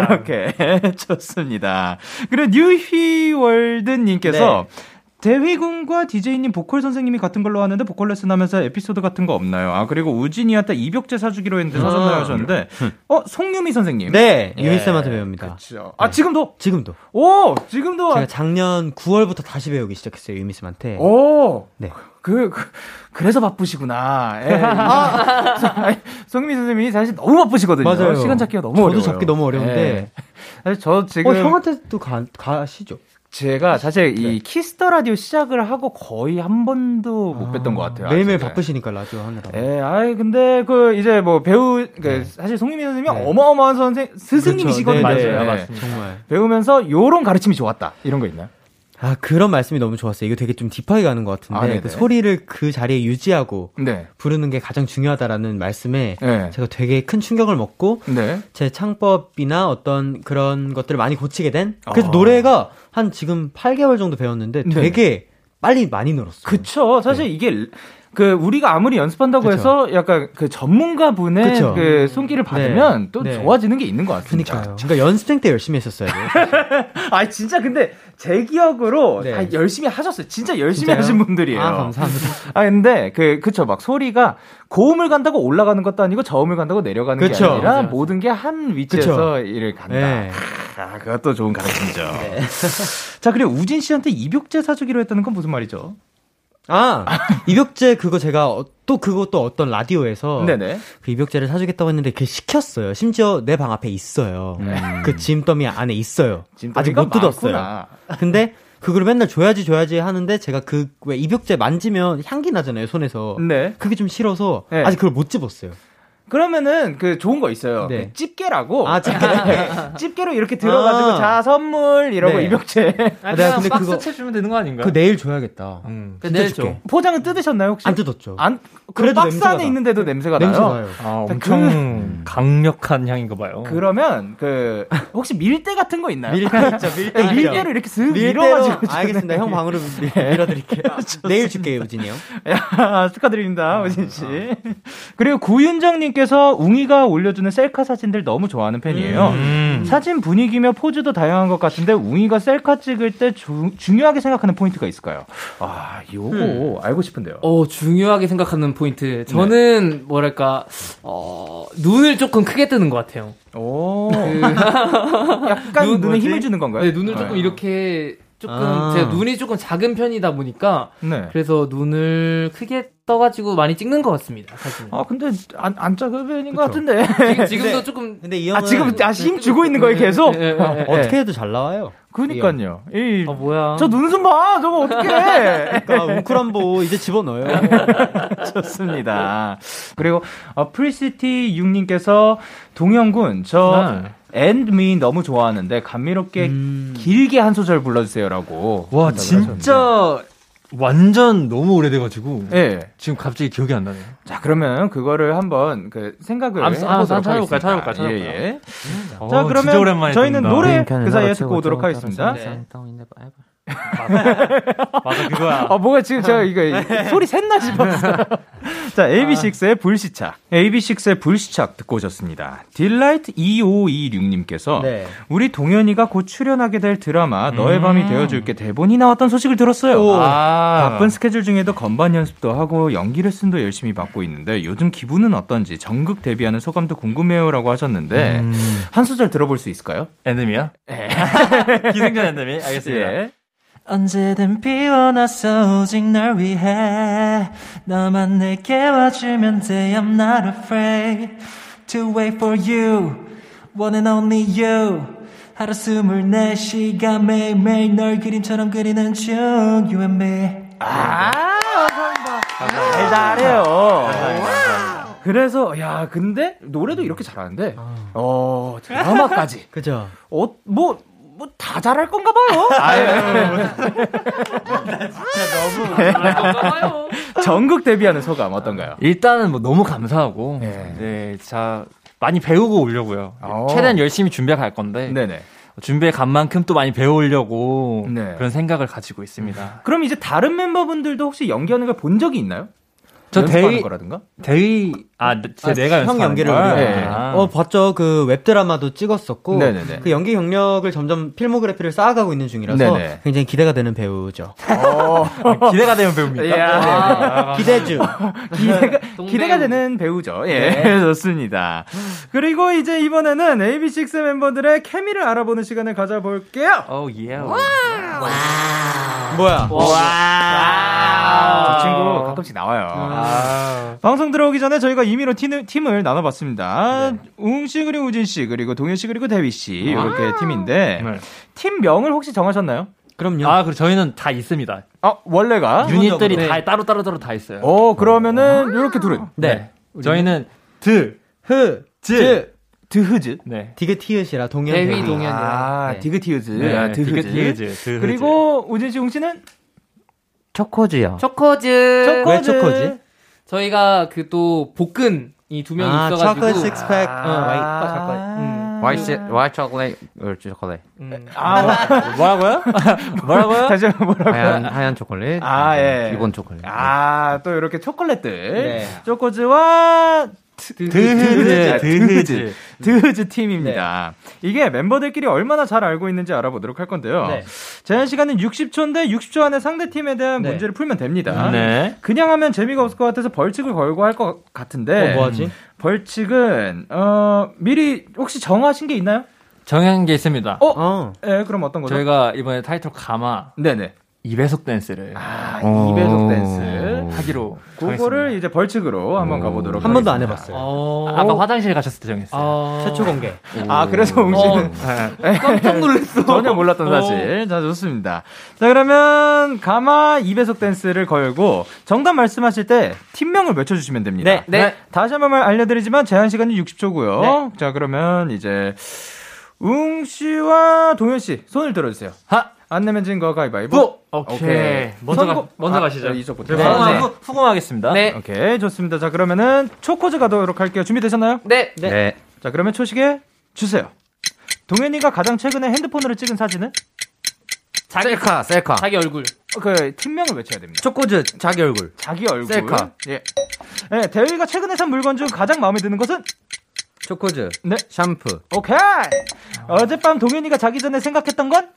그렇게 좋습니다. 그리고 뉴히월드님께서 대휘군과 DJ님 보컬 선생님이 같은 걸로 하는데 보컬 레슨 하면서 에피소드 같은 거 없나요? 아, 그리고 우진이한테 이벽제 사주기로 했는데 사줬나요? 하셨는데, 어, 송유미 선생님. 음. 네, 유미쌤한테 배웁니다. 그렇죠. 아, 지금도? 지금도. 오, 지금도. 아, 제가 작년 9월부터 다시 배우기 시작했어요, 유미쌤한테. 오! 네. 그, 그, 래서 바쁘시구나. 예. 아, 송- 아니, 송유미 선생님이 사실 너무 바쁘시거든요. 맞아요. 시간 찾기가 너무 저도 어려워요. 찾기 너무 어려운데. 예. 사실 저 지금. 어, 형한테도 가, 가시죠. 네. 제가 사실 이 키스터 라디오 시작을 하고 거의 한 번도 못 뵀던 것 같아요. 매일매일 아직은. 바쁘시니까, 라디오 하느라. 예, 아이 근데 그 이제 뭐 배우 그 사실 송유미 선생님이 어마어마한 선생 스승님이시거든요. 네. 그렇죠. 네, 예. 네, 맞습니다. 정말. 배우면서 요런 가르침이 좋았다. 이런 거 있나요? 아, 그런 말씀이 너무 좋았어요. 이거 되게 좀 딥하게 가는 것 아, 같은데. 네네. 그 소리를 그 자리에 유지하고 네. 부르는 게 가장 중요하다라는 말씀에 네. 제가 되게 큰 충격을 먹고 네. 제 창법이나 어떤 그런 것들을 많이 고치게 된 그래서 아. 노래가 한 지금 8개월 정도 배웠는데 되게 빨리 많이 늘었어요. 그쵸. 사실 이게 그 우리가 아무리 연습한다고 네. 그쵸. 해서 약간 그 전문가분의 그쵸. 그 손길을 받으면 또 네. 좋아지는 게 있는 것 같습니다. 그러니까요. 그러니까 연습생 때 열심히 했었어야 돼요. 아 진짜 근데 제 기억으로 다 열심히 하셨어요. 진짜 열심히 네. 진짜요? 하신 분들이에요. 아, 감사합니다. 아 근데 그 그쵸 막 소리가 고음을 간다고 올라가는 것도 아니고 저음을 간다고 내려가는 게 그쵸. 아니라 맞아요. 모든 게 한 위치에서 그쵸. 일을 간다. 네. 네. 아 그것도 좋은 가르침이죠. 자 그리고 우진 씨한테 입욕제 사주기로 했다는 건 무슨 말이죠? 아, 입욕제 그거 제가 어- 또 그것도 어떤 라디오에서 네네. 그 입욕제를 사주겠다고 했는데 그 시켰어요. 심지어 내 방 앞에 있어요. 그 짐더미 안에 있어요. 음. 짐더미가 아직 못 뜯었어요. 많구나. 근데 그걸 맨날 줘야지 줘야지 하는데 제가 그 왜 입욕제 만지면 향기 나잖아요 손에서. 네. 그게 좀 싫어서 아직 그걸 못 집었어요. 그러면은 그 좋은 거 있어요. 네. 그 집게라고. 네. 아, 집게. 집게로 이렇게 들어가지고 아. 자 선물 이러고 네. 입욕제. 아, 내가 근데 박스 그거- 채주면 되는 거 아닌가요? 네, 그 내일 줘야겠다. 진짜 내일 줄게. 포장은 뜯으셨나요 혹시? 안 뜯었죠. 안 그래도 그래도 박스 냄새가 안에 나. 있는데도 냄새가 냄새 나요. 나요. 아, 그- 엄청 강력한 향인가 봐요. 그러면 그 혹시 밀대 같은 거 있나요? 어. 네, 밀대 있죠, 밀대 네, 있죠. 밀대로 이렇게 슥 밀대로- 아, 밀어가지고. 예. 알겠습니다. 형 방으로 밀- 밀어드릴게요. 내일 줄게요, 우진이 형. 야, 축하드립니다, 우진 씨. 그리고 구윤정님께서 웅이가 올려주는 셀카 사진들 너무 좋아하는 팬이에요. 사진 분위기며 포즈도 다양한 것 같은데 웅이가 셀카 찍을 때 주- 중요하게 생각하는 포인트가 있을까요? 아, 요거 음. 알고 싶은데요. 어, 중요하게 생각하는 포인트. 저는, 뭐랄까, 어, 눈을 조금 크게 뜨는 것 같아요. 오. 약간 그 눈에 힘을 주는 건가요? 네, 눈을 조금 네. 이렇게, 조금, 아. 제가 눈이 조금 작은 편이다 보니까, 네. 그래서 눈을 크게 떠가지고 많이 찍는 것 같습니다, 사진. 아, 근데 안, 안 작은 편인 것 같은데. 지금, 지금도 네. 조금. 근데 아, 지금 다시 힘 주고 있는 거예요, 예. 어, 계속? 어떻게 해도 잘 나와요. 그니까요. 이, 아, 뭐야. 저 눈썹 봐! 저거 어떡해! 그러니까 웅크란보 이제 집어넣어요. 예. 좋습니다. 그리고 어, 프리시티 6님께서 동영군 저 엔드 미 너무 좋아하는데 감미롭게 길게 한 소절 불러주세요라고. 와 생각을 진짜 완전 너무 오래돼가지고 예. 지금 갑자기 기억이 안 나네요. 자 그러면 그거를 한번 그 생각을 아, 해보도록 아, 한번 하겠습니다. 찾아볼까요, 찾아볼까요, 찾아볼까요? 예, 예. 어, 자 진짜 그러면 오랜만에 저희는 듣는다. 노래 그 사이에 듣고 오도록 하겠습니다. 네. 맞아 그거야. 아 뭐가 지금 제가 이거 소리 샜나 싶었어요. 아. 자 AB6IX의 불시착, AB6IX의 불시착 듣고 오셨습니다. 딜라이트 2526님께서 네. 우리 동현이가 곧 출연하게 될 드라마 너의 밤이 되어줄게 대본이 나왔던 소식을 들었어요. 오. 음. 아. 아. 바쁜 스케줄 중에도 건반 연습도 하고 연기 레슨도 열심히 받고 있는데 요즘 기분은 어떤지 전극 데뷔하는 소감도 궁금해요라고 하셨는데 한 소절 들어볼 수 있을까요? 엔드미야? 기생전 엔드미. 알겠습니다. 예. 언제든 피어났어 오직 널 위해 너만 내게 와주면 돼 I'm not afraid to wait for you one and only you 하루 24시간 매일매일 널 그림처럼 그리는 중 you and me 잘해요. 아. 그래서 야 근데 노래도 이렇게 잘하는데 어 드라마까지 그죠? 어뭐 뭐 다 잘할 건가 봐요. 예. 아, 전국 데뷔하는 소감 어떤가요? 일단은 뭐 너무 감사하고 이제 자 많이 배우고 오려고요. 최대한 열심히 준비할 건데. 네네. 준비해 간 만큼 또 많이 배우려고 네. 그런 생각을 가지고 있습니다. 그럼 이제 다른 멤버분들도 혹시 연기하는 걸 본 적이 있나요? 저 연습하는 대위- 거라든가? 대위 아제 네, 아, 내가 형 연습하는 연기를 걸? 우리가. 예. 네. 아. 어 봤죠 그 웹드라마도 찍었었고 네네네. 그 연기 경력을 점점 필모그래피를 쌓아가고 있는 중이라서 네네. 굉장히 기대가 되는 배우죠. 기대가 되는 배우입니까? 이야. 기대주. 네, 기대가, 기대가 되는 배우죠. 예, 네. 좋습니다. 그리고 이제 이번에는 AB6 멤버들의 케미를 알아보는 시간을 가져볼게요. 오, 예. 뭐야? 와우. 어, 아, 저 친구 가끔씩 나와요. 방송 들어오기 전에 저희가 임의로 팀을, 팀을 나눠봤습니다. 우웅 씨 그리고 우진 씨 그리고 동현 씨 그리고 대휘 씨 이렇게 팀인데 네. 팀 명을 혹시 정하셨나요? 그럼요. 아, 그리고 저희는 다 있습니다. 아 원래가 유닛들이 다 따로 따로 따로 다 있어요. 어 그러면은 이렇게 둘은 네. 저희는 드, 흐, 즈, 드흐즈. 네. 디그티읕이라 동현 대휘 배우. 동현이요. 아, 네. 디그티읕즈. 네, 아, 드흐즈. 디그티읕즈, 드흐즈. 그리고 우진 씨, 웅 씨는 초코즈요. 네. 초코즈. 초코즈. 왜 초코즈? 저희가 그 또 복근 이 두 명이 아, 있어가지고. 초코 어, 식스팩. 아. 음. 와이, 아, Why, 시- why chocolate or chocolate? 아, 뭐라고요? 뭐라고요? 다시 한번 뭐라고요? 하얀, 하얀 초콜릿. 아, 예. 기본 초콜릿. 아, 또 이렇게 초콜릿들. 네. 초코즈와 드- 드흐즈, 네, 드흐즈, 드흐즈, 드흐즈. 드흐즈 팀입니다. 이게 멤버들끼리 얼마나 잘 알고 있는지 알아보도록 할 건데요. 네. 제한 시간은 60초인데 60초 안에 상대 팀에 대한 네. 문제를 풀면 됩니다. 네. 그냥 하면 재미가 없을 것 같아서 벌칙을 걸고 할 것 같은데. 어, 뭐 하지? 벌칙은 어, 미리 혹시 정하신 게 있나요? 정한 게 있습니다. 어? 예, 그럼 어떤 거죠? 저희가 이번에 타이틀 가마. 네네. 2배속 댄스를. 아, 이 배속 댄스 어. 하기로. 그거를 이제 벌칙으로 한번 가보도록 한 번도 하겠습니다. 안 해봤어요. 아까 화장실 가셨을 때 정했어요. 최초 공개. 아 그래서 웅 씨는 깜짝 놀랐어. 네. 전혀 몰랐던 네. 어. 사실. 자 좋습니다. 자 그러면 가마 2배속 댄스를 걸고 정답 말씀하실 때 팀명을 외쳐주시면 됩니다. 네. 네. 다시 한 번 알려드리지만 제한 시간이 60초고요. 네. 자 그러면 이제 웅 씨와 동현 씨 손을 들어주세요. 하. 안 내면 진거 가위바위보. 오케이. 먼저 가- 선고- 먼저 아, 가시죠. 이쪽부터. 네. 후궁하- 후- 후궁하겠습니다. 네. 오케이 좋습니다. 자 그러면은 초코즈 가도록 할게요. 준비되셨나요? 네. 네. 자 그러면 초식에 주세요. 동현이가 가장 최근에 핸드폰으로 찍은 사진은? 셀카, 셀카. 자기 얼굴. 그 팀명을 외쳐야 됩니다. 초코즈, 자기 얼굴. 자기 얼굴. 셀카. 예. 네, 대휘가 최근에 산 물건 중 가장 마음에 드는 것은? 초코즈. 네. 샴푸. 오케이. 어젯밤 동현이가 자기 전에 생각했던 건?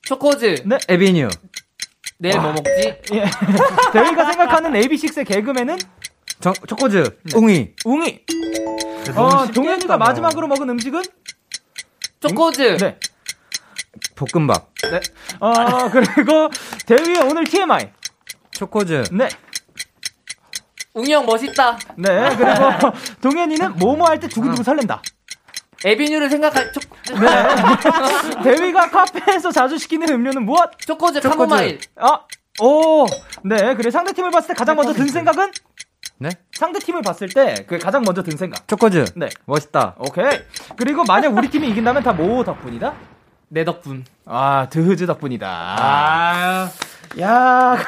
초코즈. 네. 에비뉴. 내일 뭐 먹지? 예. 대휘가 생각하는 AB6IX의 개그맨은? 저, 초코즈. 웅이. 웅이. 너무 어, 쉽게 동현이가 했다, 너. 마지막으로 먹은 음식은? 초코즈. 네. 볶음밥. 네. 어, 그리고 대휘의 오늘 TMI. 초코즈. 네. 웅이 형 멋있다. 네. 그리고 동현이는 뭐뭐 할 때 두근두근 설렌다. 에비뉴를 생각할 초. 네. 대위가 카페에서 자주 시키는 음료는 무엇? 초코즈, 카모마일. 아, 오. 네. 그래 상대 팀을 봤을 때 가장 먼저 든 생각은? 네? 상대 팀을 봤을 때 그 가장 먼저 든 생각. 초코즈. 네. 멋있다. 오케이. 그리고 만약 우리 팀이 이긴다면 다 뭐 덕분이다? 내 덕분. 아, 드흐즈 덕분이다. 아. 야.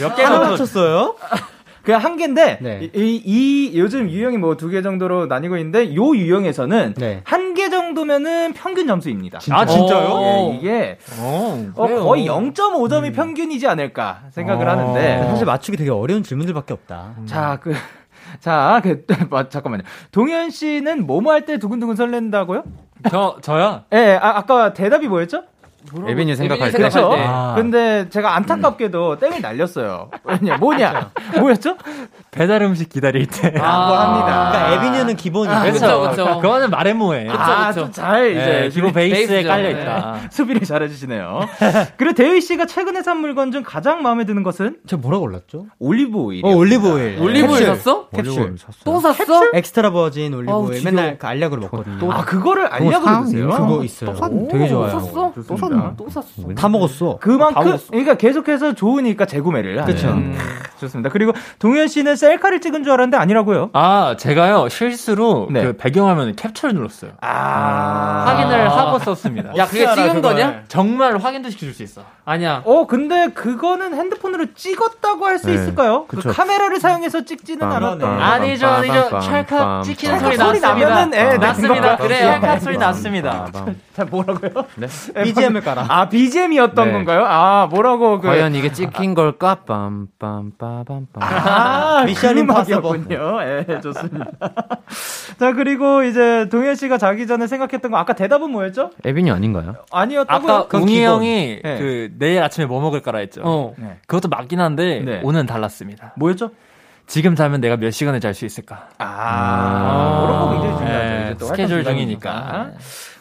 몇 개나 하나 맞췄어요? 그냥 한 개인데 이, 이- 이 요즘 유형이 뭐 두 개 정도로 나뉘고 있는데 요 유형에서는 한 개 정도면은 평균 점수입니다. 아, 진짜요? 예, 이게 어, 거의 0.5점이 평균이지 않을까 생각을 하는데 어. 사실 맞추기 되게 어려운 질문들밖에 없다. 자, 그 자, 그 마- 잠깐만요. 동현 씨는 뭐뭐 할 때 두근두근 설렌다고요? 저, 저요? 예, 예, 아, 아까 대답이 뭐였죠? 네. 에비뉴 생각할 때. 그렇죠. 네. 아. 근데 제가 안타깝게도 음. 땡을 날렸어요. 왜냐, 뭐냐? 뭐였죠? 배달 음식 기다릴 때. 아, 그거 합니다. 그러니까 에비뉴는 기본이죠. 그렇죠, 그렇죠. 그거는 말해 뭐해. 아, 좀잘 이제 네, 기본 베이스에 베이스죠. 깔려 있다. 네. 수비를 잘해 주시네요. 그리고 대휘 씨가 최근에 산 물건 중 가장 마음에 드는 것은 제가 뭐라고 올랐죠? 올리브 오일. 어, 올리브 오일. 올리브 오일 캡슐. 샀어? 캡슐. 또 샀어? 엑스트라 버진 올리브 어우, 오일. 지겨워. 맨날 그 알약으로 먹거든요. 아, 그거를 그거 알약으로 사? 드세요? 그거 있어요. 되게 좋아요. 샀어? 또 샀나? 또 샀어. 다 먹었어. 그 그만큼 그러니까 계속해서 좋으니까 재구매를 하는. 아, 그쵸. 음, 좋습니다. 그리고 동현 씨는 셀카를 찍은 줄 알았는데 아니라고요. 아, 제가요, 실수로 그 배경화면 캡처를 눌렀어요. 아. 확인을 하고 썼습니다. 야, 그게 어떻게 찍은 알아, 거냐? 정말 확인도 시켜줄 수 있어. 아니야. 어, 근데 그거는 핸드폰으로 찍었다고 할 수 네, 있을까요? 그 그쵸. 카메라를 사용해서 찍지는 빰, 않았네. 빰, 아니죠, 빰, 아니죠. 빰, 찰칵 빰, 찍히는 빰. 소리 났습니다. 나면은, 예, 네, 났습니다. 그건 그래요. 맞죠. 찰칵 소리 났습니다. 아, 자, 뭐라고요? 네? BGM 을 깔아. 아, BGM이었던 건가요? 아, 뭐라고 그 과연 이게 찍힌 걸까? 빰빰빠밤빰. 아, 미션 그 임파서블. 음악이었군요. 예, 좋습니다. 자, 그리고 이제 동현 씨가 자기 전에 생각했던 거 아까 대답은 뭐였죠? 에빈이 아닌가요? 아니었다고요? 아까 그건 웅이 기본. 형이 예. 그 내일 아침에 뭐 먹을까라 했죠. 어. 네. 그것도 맞긴 한데 네. 오늘은 달랐습니다. 뭐였죠? 지금 자면 내가 몇 시간을 잘 수 있을까? 아, 그런 거 굉장히 중요하죠. 네, 이제 또 활동 스케줄 기간이니까. 네. 중이니까.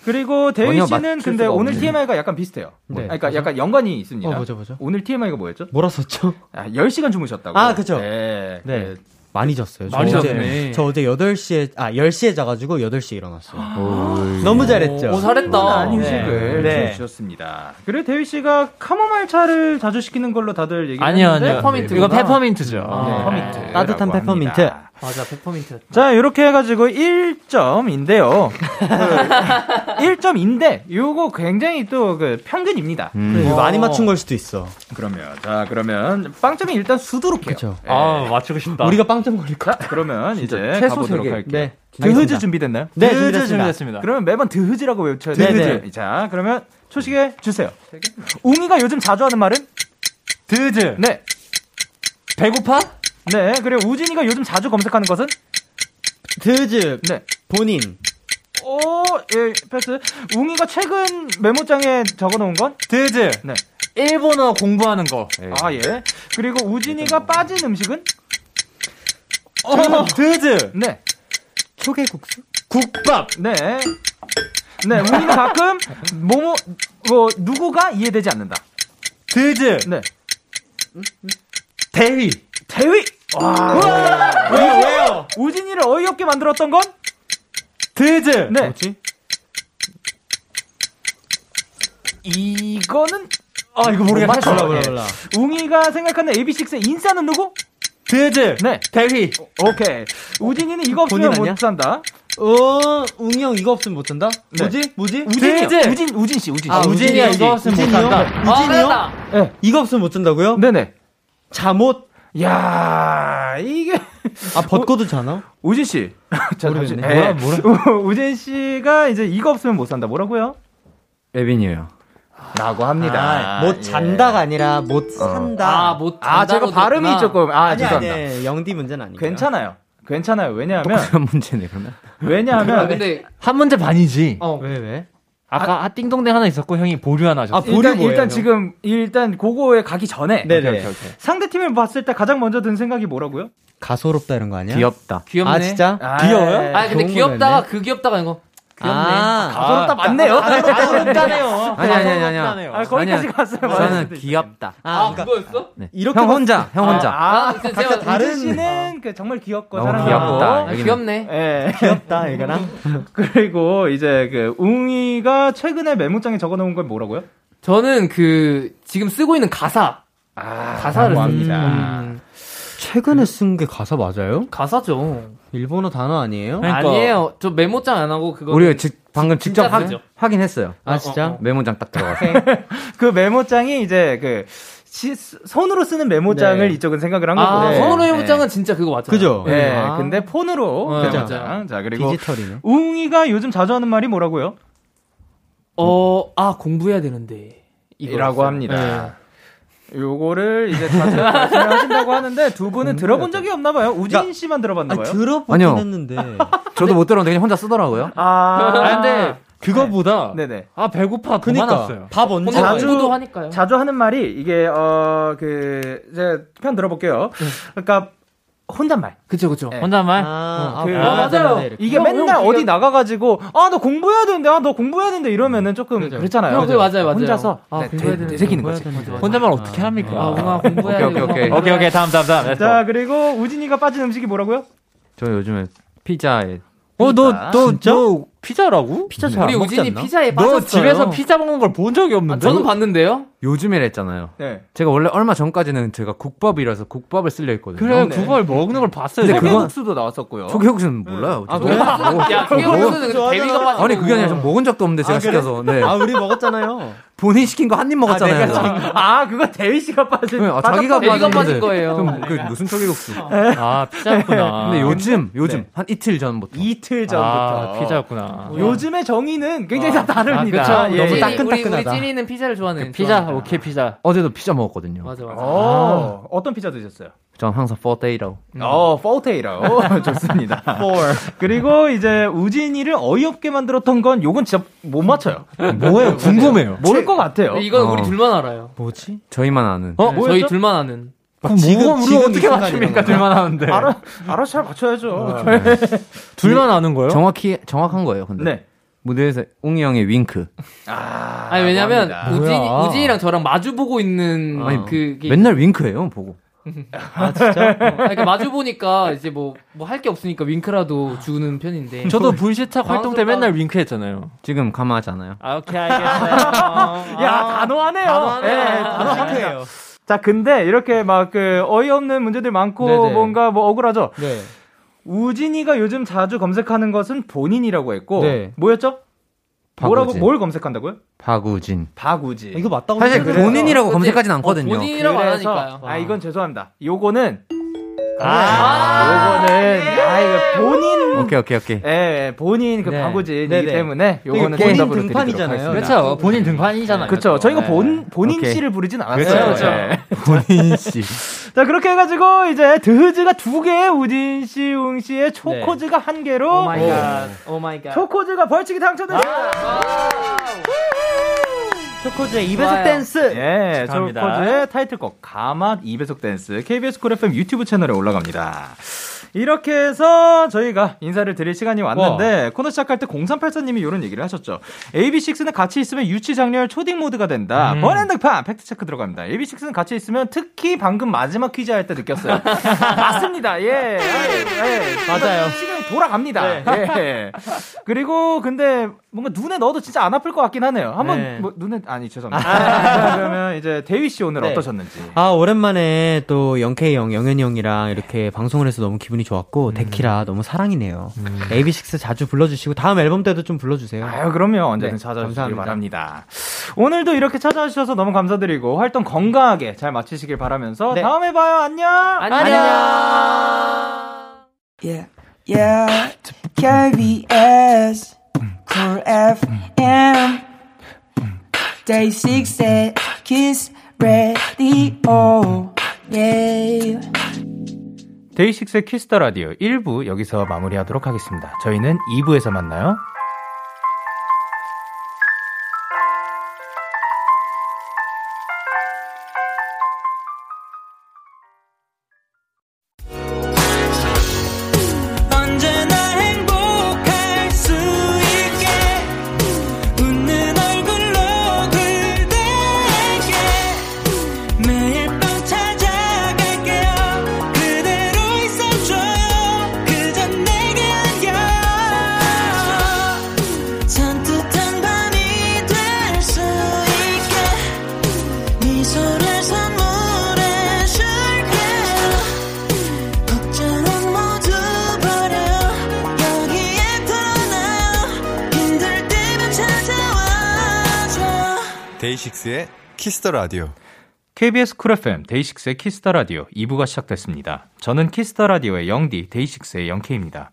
그리고 대휘 전혀 씨는 맞출 근데 수가 오늘 없네. TMI가 약간 비슷해요. 네. 그러니까 약간 연관이 있습니다. 어, 뭐죠, 뭐죠? 오늘 TMI가 뭐였죠? 뭐라 썼죠? 아, 10시간 주무셨다고. 아, 그죠. 네. 네. 많이 잤어요. 저 많이 어제, 잤네. 저 어제 8시에, 아, 10시에 자가지고 8시에 일어났어요. 음. 너무 잘했죠? 아, 오, 잘했다. 어, 아닌 네. 식을 네. 주셨습니다. 그래 대휘 씨가 카모마일 차를 자주 시키는 걸로 다들 얘기했는데 네. 아니요, 아니요. 이거 페퍼민트죠. 어, 페퍼민트. 따뜻한 페퍼민트. 아, 맞아, 그 페퍼민트. 자, 이렇게 해가지고 1점인데요. 1점인데, 요거 굉장히 또 그 평균입니다. 그래, 이거 음. 많이 맞춘 걸 수도 있어. 그러면, 자, 그러면, 빵점이 일단 수두룩해요. 그쵸. 아, 맞추고 싶다. 우리가 빵점 걸릴까? 그러면 이제 최소 가보도록 세 개. 할게요. 그 네, 드흐즈 알겠습니다. 준비됐나요? 네, 드흐즈 준비됐습니다. 그러면 매번 드흐즈라고 외쳐야 돼요. 드흐즈. 드흐즈. 자, 그러면 초식에 주세요. 웅이가 요즘 자주 하는 말은? 드흐즈. 네. 배고파? 네. 그리고 우진이가 요즘 자주 검색하는 것은? 드즈. 네. 그 본인. 오, 예, 패스. 웅이가 최근 메모장에 적어놓은 건? 드즈. 네. 일본어 공부하는 거. 네. 아, 예. 그리고 우진이가 빠진 음식은? 어, 드즈. 네. 초계국수? 국밥. 네. 네, 우리는 가끔 뭐뭐 뭐 누구가 이해되지 않는다. 드즈. 네. 대위. 대위. 와. 왜요? 왜요? 우진이를 어이없게 만들었던 건 드즈. 네. 뭐지? 이거는 아 이거 모르겠어. 몰라, 몰라, 예. 몰라. 웅이가 생각하는 AB6IX의 인싸는 누구? 드즈. 네. 대휘. 오케이. 우진이는 이거 본인 없으면 아니야? 못 산다. 어, 웅이 형 이거 없으면 못 잔다? 네. 뭐지? 뭐지? 우진이요. 우진 우진 씨, 우진 씨. 아, 우진이야, 이거 없으면 못 잔다. 우진이요? 아, 네. 이거 없으면 못 잔다고요? 네네. 잠옷? 야 이게. 어? 아, 벗고도 자나? 우진 씨. 자, 잠시. 모르겠네. 뭐야, 뭐라? 우진 씨가 이제 이거 없으면 못 산다. 뭐라고요? 에빈이에요. 라고 합니다. 아, 못 잔다가 아니라 못 산다. 아, 못 아, 제가 발음이 조금 아, 아니, 죄송합니다. 아니, 영디 문제는 아니고. 괜찮아요. 괜찮아요. 왜냐하면 그런 문제네 그러면. 아, 왜냐하면 한 문제 반이지. 왜 왜? 아까 아, 띵동댕 하나 있었고 형이 보류 하나 하셨어. 일단, 일단 지금 일단 그거에 가기 전에 네네. 오케이, 오케이, 오케이. 상대 팀을 봤을 때 가장 먼저 든 생각이 뭐라고요? 가소롭다 이런 거 아니야? 귀엽다. 귀엽네. 아, 진짜? 아, 귀여워요? 아니, 근데 귀엽다가 그 귀엽다가 이거. 귀엽네. 아, 가소롭다 맞네요. 가소롭다네요. 아니 아니 아니 아니. 아, 거기까지 아니야. 갔어요. 저는 귀엽다. 아, 그러니까 그거였어? 네. 이렇게 형 봤- 혼자, 형 혼자. 아, 아, 근데 각자 제가 다른 다른- 씨는 그 정말 귀엽고 너무 사랑하고 귀엽다. 아, 여기는. 귀엽네. 예. 귀엽다 이거나? 그리고 이제 그 웅이가 최근에 메모장에 적어놓은 건 뭐라고요? 저는 그 지금 쓰고 있는 가사. 가사를 음, 합니다. 최근에 쓴 게 가사 맞아요? 가사죠. 일본어 단어 아니에요? 아니에요. 저 메모장 안 하고 그거. 아, 우리가 지, 방금 진짜 직접 확, 쓰죠. 확인했어요. 네. 아, 진짜? 메모장 딱 들어가서. 그 메모장이 이제 그 시- 손으로 쓰는 메모장을 네. 이쪽은 생각을 한 거고. 아, 네. 성우의 메모장은 진짜 그거 맞아요. 그죠? 네, 아. 근데 폰으로 어, 메모장. 맞아. 자 그리고 디지털이네. 웅이가 요즘 자주 하는 말이 뭐라고요? 어, 아 공부해야 되는데. 네. 이라고 합니다. 요거를 이제 자주 말씀을 하신다고 하는데 두 분은 들어본 적이 없나 봐요. 우진 씨만 들어봤나 봐요. 아니, 들어보긴 아니요. 했는데. 저도 못 들었는데 그냥 혼자 쓰더라고요. 아, 아, 근데 그거보다 네네. 아 배고파 더 많았어요. 그니까. 밥 언제? 혼자 자주- 공부도 하니까요. 자주 하는 말이 이게 어 그 이제 편 들어볼게요. 그러니까 혼잣말. 그쵸 그쵸. 네. 혼자만 아, 아, 그- 먹어야 맞아요. 되는데, 이렇게. 이게 형, 맨날 형 어디 기가- 나가가지고 아 너 공부해야 되는데 아 너 공부해야 되는데 이러면은 조금 그렇잖아요 형, 그거 맞아요, 맞아요. 혼자서 아, 되- 공부해야 되- 되는데, 되새기는 공부해야 거지. 되는데. 혼자만 어떻게 합니까? 아, 뭔가 공부해야 오케이, 되고. 오케이, 오케이. 오케이 오케이 다음 다음 다음. 자 그리고 우진이가 빠진 음식이 뭐라고요? 저 요즘에 피자에 어, 너- 너, 너 피자라고? 네. 피자 잘 우리 안 먹지 우진이 않나? 피자에 빠졌어요. 아, 너 집에서 피자 먹는 걸 본 적이 없는데? 저는 봤는데요. 요즘에 했잖아요. 네. 제가 원래 얼마 전까지는 제가 국밥이라서 국밥을 쓸려 했거든요. 아, 그래, 네. 국밥을 먹는 걸 봤어요. 근데 그건- 소개국수도 나왔었고요. 소개국수는 몰라요. 아, 저도. 그래요? 뭐- 야, 소개국수는 뭐- 데뷔가 빠진 아니 그게 아니라 전 먹은 적도 없는데 제가 아, 그래? 시켜서. 네. 아, 우리 먹었잖아요. 본인 시킨 거 한 입 먹었잖아요. 아, 그거 대휘 씨가 빠진. 네, 아, 자기가 빠졌다. 빠진 거예요. 그럼 그 무슨 소개국수? 아, 피자였구나. 근데 요즘 요즘 네. 한 이틀 전부터. 뭐 이틀 전부터. 아, 피자였구나. 요즘의 정의는 굉장히 다 다릅니다. 아, 그쵸. 예, 너무 그 예. 우리, 우리 찐이는 피자를 좋아하는. 피자, 좋아하니까. 오케이 피자. 어제도 피자 먹었거든요. 맞아 맞아. 어, 어떤 피자 드셨어요? 전 항상 포테이로. 어, 포테이로 좋습니다. 그리고 이제 우진이를 어이없게 만들었던 건 요건 진짜 못 맞춰요. 네. 뭐예요? 궁금해요. 모를 것 같아요. 이건 우리 둘만 알아요. 뭐지? 저희만 아는. 네, 저희 둘만 아는. 그럼 지금- 뭐가 우리가 지금 어떻게 이 순간이라는 맞춥니까? 거야? 둘만 아는데. 알아, 네. 알아서 잘 맞춰야죠. 둘만 아는 어? 거예요? 정확히 정확한 거예요. 근데 네. 네. 무대에서 웅이 형의 윙크. 아, 니 왜냐면 우진 뭐야. 어. 우진이랑 저랑 마주 보고 있는 아니, 그 맨날 윙크해요 보고. 아 진짜? 그러니까 마주 보니까 이제 뭐 뭐 할 게 없으니까 윙크라도 주는 편인데. 저도 불시착 활동 때 맨날 윙크했잖아요. 지금 가만하지 않아요. 아, 오케이, 알겠어요. 야, 아, 단호하네요. 단호하네요. 예, 단호하네요. 자, 근데 이렇게 막 그 어이없는 문제들 많고 네네. 뭔가 뭐 억울하죠. 네. 우진이가 요즘 자주 검색하는 것은 본인이라고 했고 네. 뭐였죠? 뭐라고 박우진. 뭘 검색한다고요? 박우진. 박우진. 어, 이거 맞다고 사실 본인이라고 검색하진 어, 않거든요. 그래서, 아, 이건 죄송합니다. 요거는 아, 요거는 아, 이거 본인 오케이 오케이 오케이. 예, 예, 본인 그 네. 박우진이기 네네. 때문에 이거 요거는 본인 정답으로 드리도록 등판이잖아요. 하겠습니다. 그렇죠. 본인 등판이잖아요. 그렇죠. 또. 저희가 네. 본 본인 오케이. 씨를 부르진 그렇죠, 않았어요. 그렇죠. 예. 본인 씨. 자 그렇게 해가지고 이제 드즈가 두 개, 우진 씨, 웅 씨의 초코즈가 한 개로 마이 갓. 오 마이 갓. 초코즈가 벌칙이 당첨됐습니다. 초코즈의 이배속 좋아요. 댄스. 예, 축하합니다. 초코즈의 타이틀곡 가맛 이배속 댄스 KBS 쿨 FM 유튜브 채널에 올라갑니다. 이렇게 해서 저희가 인사를 드릴 시간이 왔는데 코너 시작할 때 0384님이 이런 얘기를 하셨죠. AB6는 같이 있으면 유치장렬 초딩 모드가 된다. 음. 번앤득판 팩트체크 들어갑니다. AB6는 같이 있으면 특히 방금 마지막 퀴즈 할 때 느꼈어요. 맞습니다. 예. 예, 예. 맞아요. 시간이 돌아갑니다. 네. 예. 그리고 근데 뭔가 눈에 넣어도 진짜 안 아플 것 같긴 하네요. 한번 네. 뭐 눈에 아니 죄송합니다. 그러면 이제 대휘 씨 오늘 아. 네. 어떠셨는지. 아 오랜만에 또 영케이 형, 영현이 형이랑 이렇게 방송을 해서 너무 기분이 좋았고 음. 데키라 너무 사랑이네요. AB6 자주 불러주시고 다음 앨범 때도 좀 불러주세요. 아유 그럼요 언제든 네, 찾아주시길 감사합니다. 바랍니다. 오늘도 이렇게 찾아와 주셔서 너무 감사드리고 활동 건강하게 잘 마치시길 네. 바라면서 다음에 봐요 안녕. Yeah, yeah. KBS, Cool FM, Day 6의 Kiss Radio. Yeah. 데이식스의 키스터 라디오 1부 여기서 마무리하도록 하겠습니다. 저희는 2부에서 만나요. 언제나 행복할 수 있게 웃는 얼굴로 그대에게 매일 밤 찾아갈게요 그대로 있어줘요 그저 내게 안겨 산뜻한 밤이 될 수 있게 미소를 선물해 줄게요 걱정은 모두 버려 여기에 떠나요 힘들 때면 찾아와줘 데이식스의 키스터 라디오. KBS 쿨 FM 데이식스의 키스터 라디오 2부가 시작됐습니다. 저는 키스터 라디오의 영디 데이식스의 영케입니다.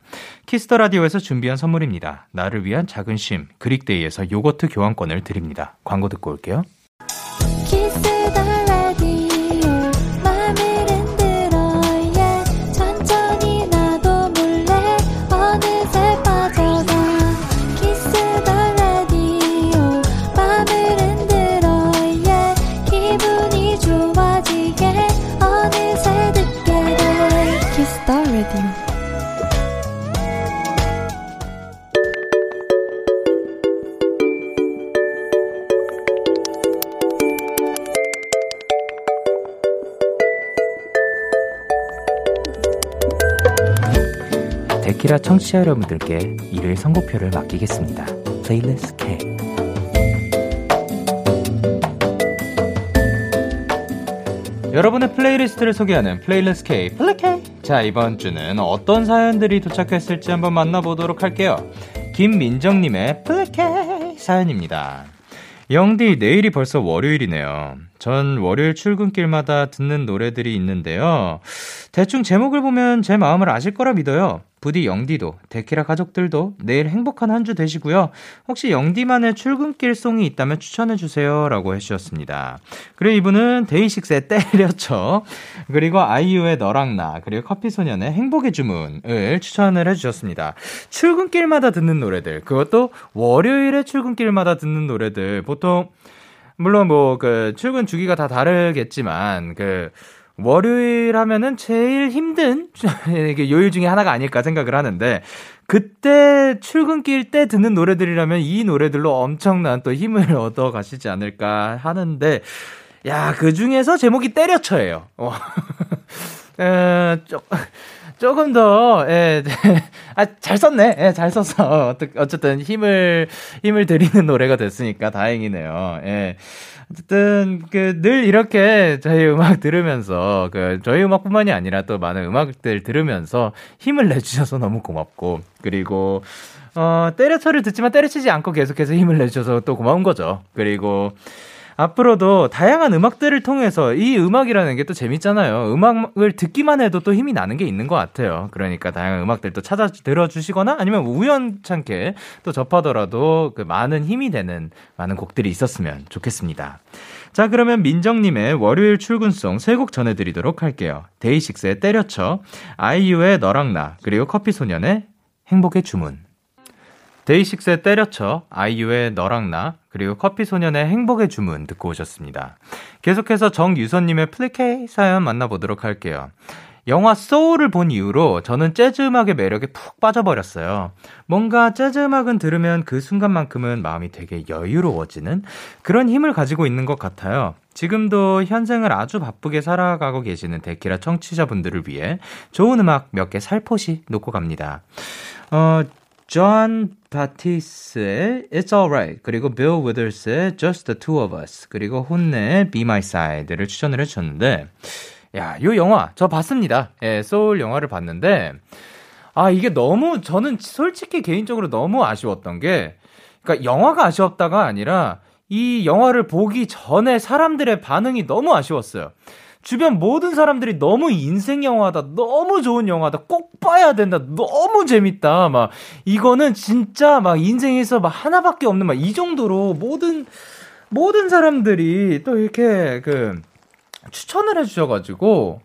키스터 라디오에서 준비한 선물입니다. 나를 위한 작은 쉼 그릭데이에서 요거트 교환권을 드립니다. 광고 듣고 올게요. 키스 더 라디오 맘을 흔들어 예 천천히 나도 몰래 어느새 빠져가 키스 더 라디오 맘을 흔들어 예 기분이 좋아지게 어느새 듣게 돼 키스 더 라디오 데키라 청취자 여러분들께 일일 선곡표를 맡기겠습니다. 플레이리스트 K. 여러분의 플레이리스트를 소개하는 플레이리스트 K, 플레이 K. 자, 이번 주는 어떤 사연들이 도착했을지 한번 만나보도록 할게요. 김민정님의 플레이 사연입니다. 영디, 내일이 벌써 월요일이네요. 전 월요일 출근길마다 듣는 노래들이 있는데요. 대충 제목을 보면 제 마음을 아실 거라 믿어요. 부디 영디도, 데키라 가족들도 내일 행복한 한 주 되시고요. 혹시 영디만의 출근길 송이 있다면 추천해주세요. 라고 해주셨습니다. 그리고 이분은 데이식스의 때렸죠. 그리고 아이유의 너랑 나, 그리고 커피소년의 행복의 주문을 추천을 해주셨습니다. 출근길마다 듣는 노래들, 그것도 월요일에 출근길마다 듣는 노래들, 보통, 물론 뭐, 그, 출근 주기가 다 다르겠지만, 그, 월요일 하면은 제일 힘든 이게 요일 중에 하나가 아닐까 생각을 하는데 그때 출근길 때 듣는 노래들이라면 이 노래들로 엄청난 또 힘을 얻어 가시지 않을까 하는데 야 그 중에서 제목이 때려쳐예요. 어. 에, 조, 조금 더, 예, 아, 잘 썼네. 예, 잘 썼어. 어, 어쨌든 힘을, 힘을 드리는 노래가 됐으니까 다행이네요. 예. 어쨌든 그 늘 이렇게 저희 음악 들으면서 그 저희 음악뿐만이 아니라 또 많은 음악들 들으면서 힘을 내주셔서 너무 고맙고 그리고 어 때려쳐를 듣지만 때려치지 않고 계속해서 힘을 내주셔서 또 고마운 거죠. 그리고 앞으로도 다양한 음악들을 통해서 이 음악이라는 게 또 재밌잖아요. 음악을 듣기만 해도 또 힘이 나는 게 있는 것 같아요. 그러니까 다양한 음악들 또 찾아 들어주시거나 아니면 우연찮게 또 접하더라도 그 많은 힘이 되는 많은 곡들이 있었으면 좋겠습니다. 자, 그러면 민정님의 월요일 출근송 세 곡 전해드리도록 할게요. 데이식스의 때려쳐, 아이유의 너랑 나, 그리고 커피소년의 행복의 주문. 데이식스의 때려쳐, 아이유의 너랑 나, 그리고 커피소년의 행복의 주문 듣고 오셨습니다. 계속해서 정유선님의 플리케이 사연 만나보도록 할게요. 영화 소울을 본 이후로 저는 재즈 음악의 매력에 푹 빠져버렸어요. 뭔가 재즈 음악은 들으면 그 순간만큼은 마음이 되게 여유로워지는 그런 힘을 가지고 있는 것 같아요. 지금도 현생을 아주 바쁘게 살아가고 계시는 데키라 청취자분들을 위해 좋은 음악 몇 개 살포시 놓고 갑니다. 어, 존 바티스의 It's Alright 그리고 빌 위더스의 Just the Two of Us 그리고 혼내의 Be My Side를 추천을 해주셨는데 야, 요 영화 저 봤습니다. 예, 소울 영화를 봤는데 아 이게 너무 저는 솔직히 개인적으로 너무 아쉬웠던 게 그러니까 영화가 아쉬웠다가 아니라 이 영화를 보기 전에 사람들의 반응이 너무 아쉬웠어요. 주변 모든 사람들이 너무 인생 영화다, 너무 좋은 영화다, 꼭 봐야 된다, 너무 재밌다, 막, 이거는 진짜 막 인생에서 막 하나밖에 없는 막 이 정도로 모든, 모든 사람들이 또 이렇게 그, 추천을 해주셔가지고,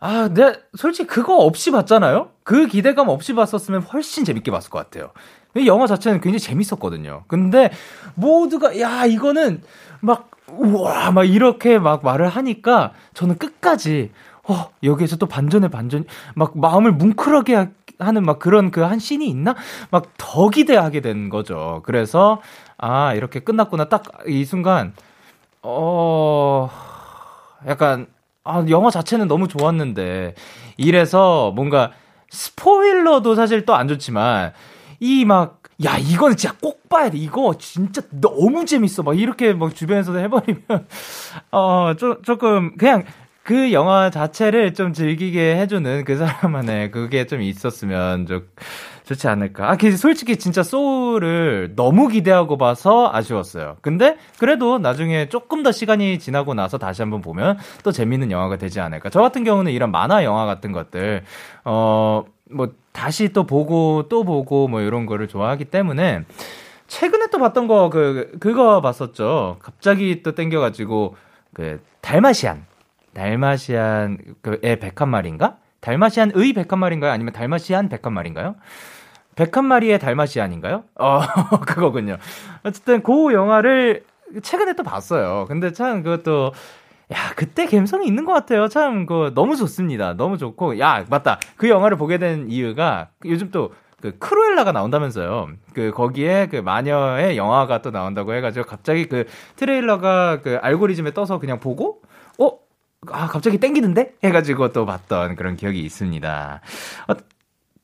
아, 내, 솔직히 그거 없이 봤잖아요? 그 기대감 없이 봤었으면 훨씬 재밌게 봤을 것 같아요. 이 영화 자체는 굉장히 재밌었거든요. 근데 모두가, 야, 이거는 막, 우와, 막 이렇게 막 말을 하니까 저는 끝까지, 어, 여기에서 또 반전에 반전, 막 마음을 뭉클하게 하- 하는 막 그런 그 한 씬이 있나? 막 더 기대하게 된 거죠. 그래서, 아, 이렇게 끝났구나. 딱 이 순간, 어, 약간, 아, 영화 자체는 너무 좋았는데, 이래서 뭔가 스포일러도 사실 또 안 좋지만, 이 막, 야, 이거는 진짜 꼭 봐야 돼. 이거 진짜 너무 재밌어. 막 이렇게 막 주변에서도 해버리면, 어, 조, 조금, 그냥 그 영화 자체를 좀 즐기게 해주는 그 사람만의 그게 좀 있었으면 좋, 좋지 않을까. 아, 그 솔직히 진짜 소울을 너무 기대하고 봐서 아쉬웠어요. 근데 그래도 나중에 조금 더 시간이 지나고 나서 다시 한번 보면 또 재밌는 영화가 되지 않을까. 저 같은 경우는 이런 만화 영화 같은 것들, 어, 뭐, 다시 또 보고 또 보고 뭐 이런 거를 좋아하기 때문에 최근에 또 봤던 거, 그, 그거 봤었죠. 갑자기 또 땡겨가지고, 그, 달마시안. 달마시안, 그의 백한 말인가? 달마시안의 백한 말인가요? 아니면 달마시안 백한 말인가요? 백한 마리의 달마시안인가요? 어, 그거군요. 어쨌든 그 영화를 최근에 또 봤어요. 근데 참 그것도 야, 그때 감성이 있는 것 같아요. 참, 그, 너무 좋습니다. 너무 좋고. 야, 맞다. 그 영화를 보게 된 이유가 요즘 또, 그, 크루엘라가 나온다면서요. 그, 거기에 그 마녀의 영화가 또 나온다고 해가지고 갑자기 그 트레일러가 그 알고리즘에 떠서 그냥 보고, 어? 아, 갑자기 땡기는데? 해가지고 또 봤던 그런 기억이 있습니다. 어,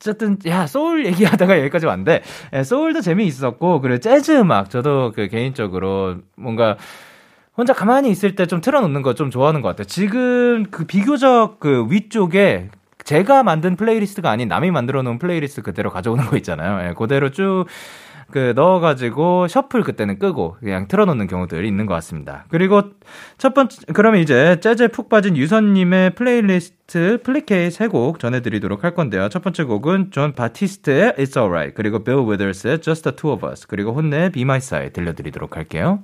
어쨌든 야 소울 얘기하다가 여기까지 왔는데 예, 소울도 재미있었고 그리고 재즈 음악 저도 그 개인적으로 뭔가 혼자 가만히 있을 때 좀 틀어놓는 거 좀 좋아하는 것 같아요. 지금 그 비교적 그 위쪽에 제가 만든 플레이리스트가 아닌 남이 만들어 놓은 플레이리스트 그대로 가져오는 거 있잖아요. 예, 그대로 쭉 그 넣어가지고 셔플 그때는 끄고 그냥 틀어놓는 경우들이 있는 것 같습니다. 그리고 첫 번째 그러면 이제 재즈에 푹 빠진 유선님의 플레이리스트 플리케이 세 곡 전해드리도록 할 건데요. 첫 번째 곡은 존 바티스트의 It's Alright 그리고 빌 위더스의 Just the Two of Us 그리고 혼내의 Be My Side 들려드리도록 할게요.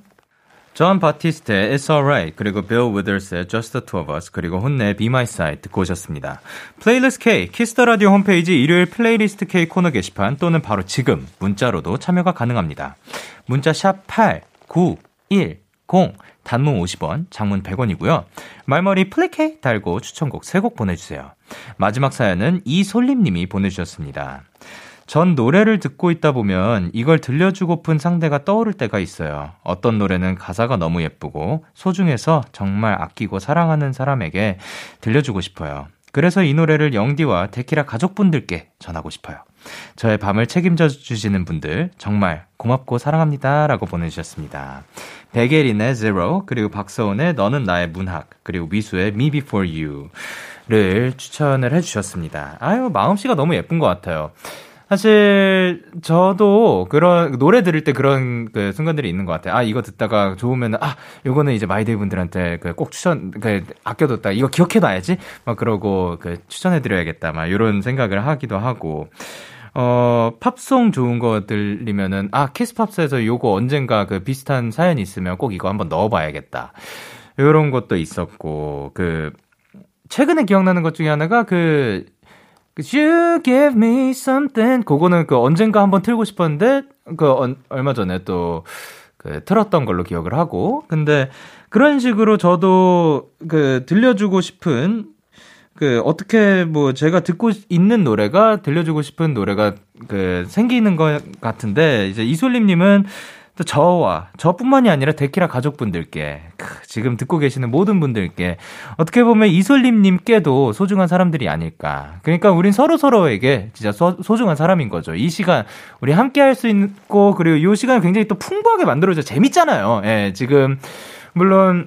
존 바티스트의 It's Alright 그리고 빌 위더스의 Just the Two of Us 그리고 혼내의 Be My Side 듣고 오셨습니다. 플레이리스트 K 키스터 라디오 홈페이지 일요일 플레이리스트 K 코너 게시판 또는 바로 지금 문자로도 참여가 가능합니다. 문자 샵8910 단문 50원, 장문 100원이고요. 말머리 플리케 달고 추천곡 3곡 보내주세요. 마지막 사연은 이솔림님이 보내주셨습니다. 전 노래를 듣고 있다 보면 이걸 들려주고픈 상대가 떠오를 때가 있어요. 어떤 노래는 가사가 너무 예쁘고 소중해서 정말 아끼고 사랑하는 사람에게 들려주고 싶어요. 그래서 이 노래를 영디와 데키라 가족분들께 전하고 싶어요. 저의 밤을 책임져 주시는 분들 정말 고맙고 사랑합니다라고 보내주셨습니다. 백예린의 Zero 그리고 박서훈의 너는 나의 문학 그리고 미수의 Me Before You를 추천을 해주셨습니다. 아유 마음씨가 너무 예쁜 것 같아요. 사실 저도 그런 노래 들을 때 그런 그 순간들이 있는 것 같아요. 아 이거 듣다가 좋으면 아 요거는 이제 마이데이 분들한테 그 꼭 추천 그 아껴뒀다 이거 기억해놔야지 막 그러고 그 추천해드려야겠다 막 이런 생각을 하기도 하고. 어, 팝송 좋은 거 들리면은, 아, 키스팝스에서 요거 언젠가 그 비슷한 사연이 있으면 꼭 이거 한번 넣어봐야겠다. 요런 것도 있었고, 그, 최근에 기억나는 것 중에 하나가 그, You give me something. 그거는 그 언젠가 한번 틀고 싶었는데, 그 언- 얼마 전에 또, 그 틀었던 걸로 기억을 하고. 근데 그런 식으로 저도 그 들려주고 싶은 그 어떻게 뭐 제가 듣고 있는 노래가 들려주고 싶은 노래가 그 생기는 것 같은데 이제 이솔림님은 또 저와 저뿐만이 아니라 데키라 가족분들께 크, 지금 듣고 계시는 모든 분들께 어떻게 보면 이솔림님께도 소중한 사람들이 아닐까 그러니까 우린 서로 서로에게 진짜 소, 소중한 사람인 거죠 이 시간 우리 함께 할 수 있고 그리고 이 시간 굉장히 또 풍부하게 만들어져 재밌잖아요 예 지금 물론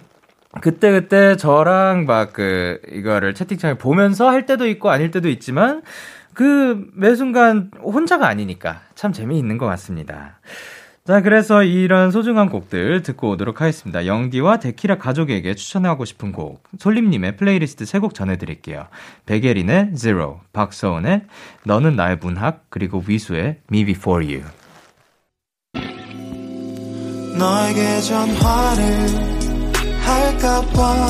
그때 그때 저랑 막 그 이거를 채팅창에 보면서 할 때도 있고 아닐 때도 있지만 그 매 순간 혼자가 아니니까 참 재미있는 것 같습니다. 자, 그래서 이런 소중한 곡들 듣고 오도록 하겠습니다. 영디와 데키라 가족에게 추천하고 싶은 곡, 솔림님의 플레이리스트 3곡 전해드릴게요. 백예린의 Zero, 박서은의 너는 나의 문학, 그리고 위수의 Me Before You. 너에게 전화를 할까봐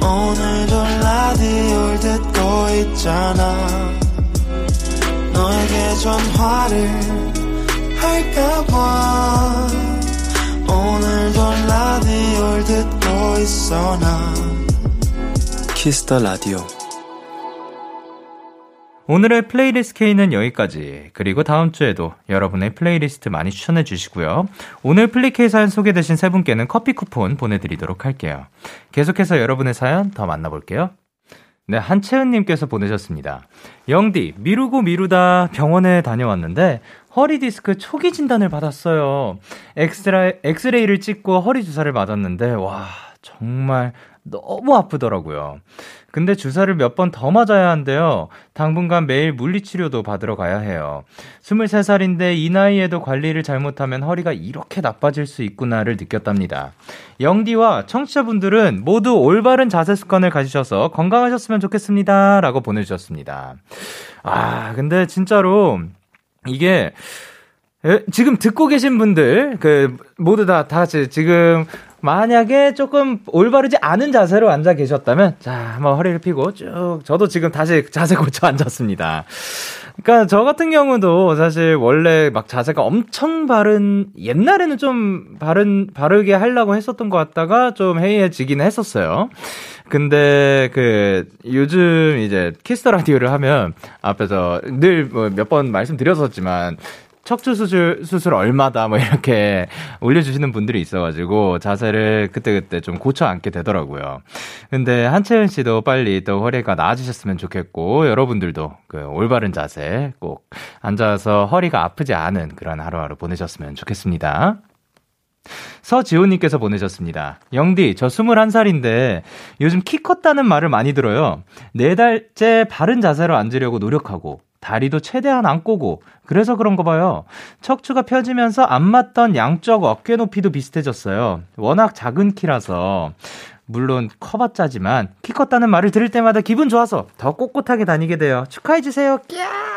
오늘도 라디오를 듣고 있잖아 너에게 전화를 할까봐 오늘도 라디오를 듣고 있어 나 키스터 라디오 오늘의 플레이리스트 K는 여기까지. 그리고 다음 주에도 여러분의 플레이리스트 많이 추천해 주시고요. 오늘 플리케이 사연 소개되신 세 분께는 커피 쿠폰 보내드리도록 할게요. 계속해서 여러분의 사연 더 만나볼게요. 네, 한채은님께서 보내셨습니다. 영디, 미루고 미루다 병원에 다녀왔는데, 허리 디스크 초기 진단을 받았어요. 엑스라, 엑스레이를 찍고 허리 주사를 맞았는데, 와, 정말 너무 아프더라고요. 근데 주사를 몇 번 더 맞아야 한대요. 당분간 매일 물리치료도 받으러 가야 해요. 23살인데 이 나이에도 관리를 잘못하면 허리가 이렇게 나빠질 수 있구나를 느꼈답니다. 영디와 청취자분들은 모두 올바른 자세 습관을 가지셔서 건강하셨으면 좋겠습니다. 라고 보내주셨습니다. 아, 근데 진짜로 이게 예, 지금 듣고 계신 분들 그 모두 다 다 같이 지금 만약에 조금 올바르지 않은 자세로 앉아 계셨다면 자 한번 허리를 펴고 쭉 저도 지금 다시 자세 고쳐 앉았습니다. 그러니까 저 같은 경우도 사실 원래 막 자세가 엄청 바른 옛날에는 좀 바른 바르게 하려고 했었던 것 같다가 좀 해이해지긴 했었어요. 근데 그뭐 요즘 이제 키스 터 라디오를 하면 앞에서 늘 몇 번 말씀드렸었지만 척추 수술 수술 얼마다 뭐 이렇게 올려주시는 분들이 있어가지고 자세를 그때 그때 좀 고쳐 앉게 되더라고요. 근데 한채은 씨도 빨리 또 허리가 나아지셨으면 좋겠고 여러분들도 그 올바른 자세 꼭 앉아서 허리가 아프지 않은 그런 하루하루 보내셨으면 좋겠습니다. 서지호님께서 보내셨습니다. 영디, 저 21살인데 요즘 키 컸다는 말을 많이 들어요. 네 달째 바른 자세로 앉으려고 노력하고, 다리도 최대한 안 꼬고, 그래서 그런가 봐요. 척추가 펴지면서 안 맞던 양쪽 어깨 높이도 비슷해졌어요. 워낙 작은 키라서. 물론 커봤자지만 키 컸다는 말을 들을 때마다 기분 좋아서 더 꼿꼿하게 다니게 돼요. 축하해주세요. 끼야!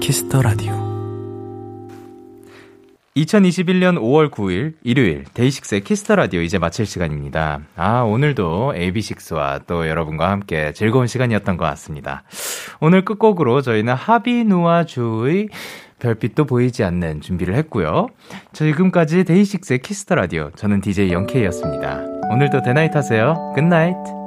키스터 라디오 2021년 5월 9일 일요일 데이식스의 키스터 라디오 이제 마칠 시간입니다. 아 오늘도 AB6IX와 또 여러분과 함께 즐거운 시간이었던 것 같습니다. 오늘 끝곡으로 저희는 하비누와 주의 별빛도 보이지 않는 준비를 했고요. 저 지금까지 데이식스의 키스터 라디오 저는 DJ 영케이였습니다. 오늘도 대나잇 하세요. 굿나잇.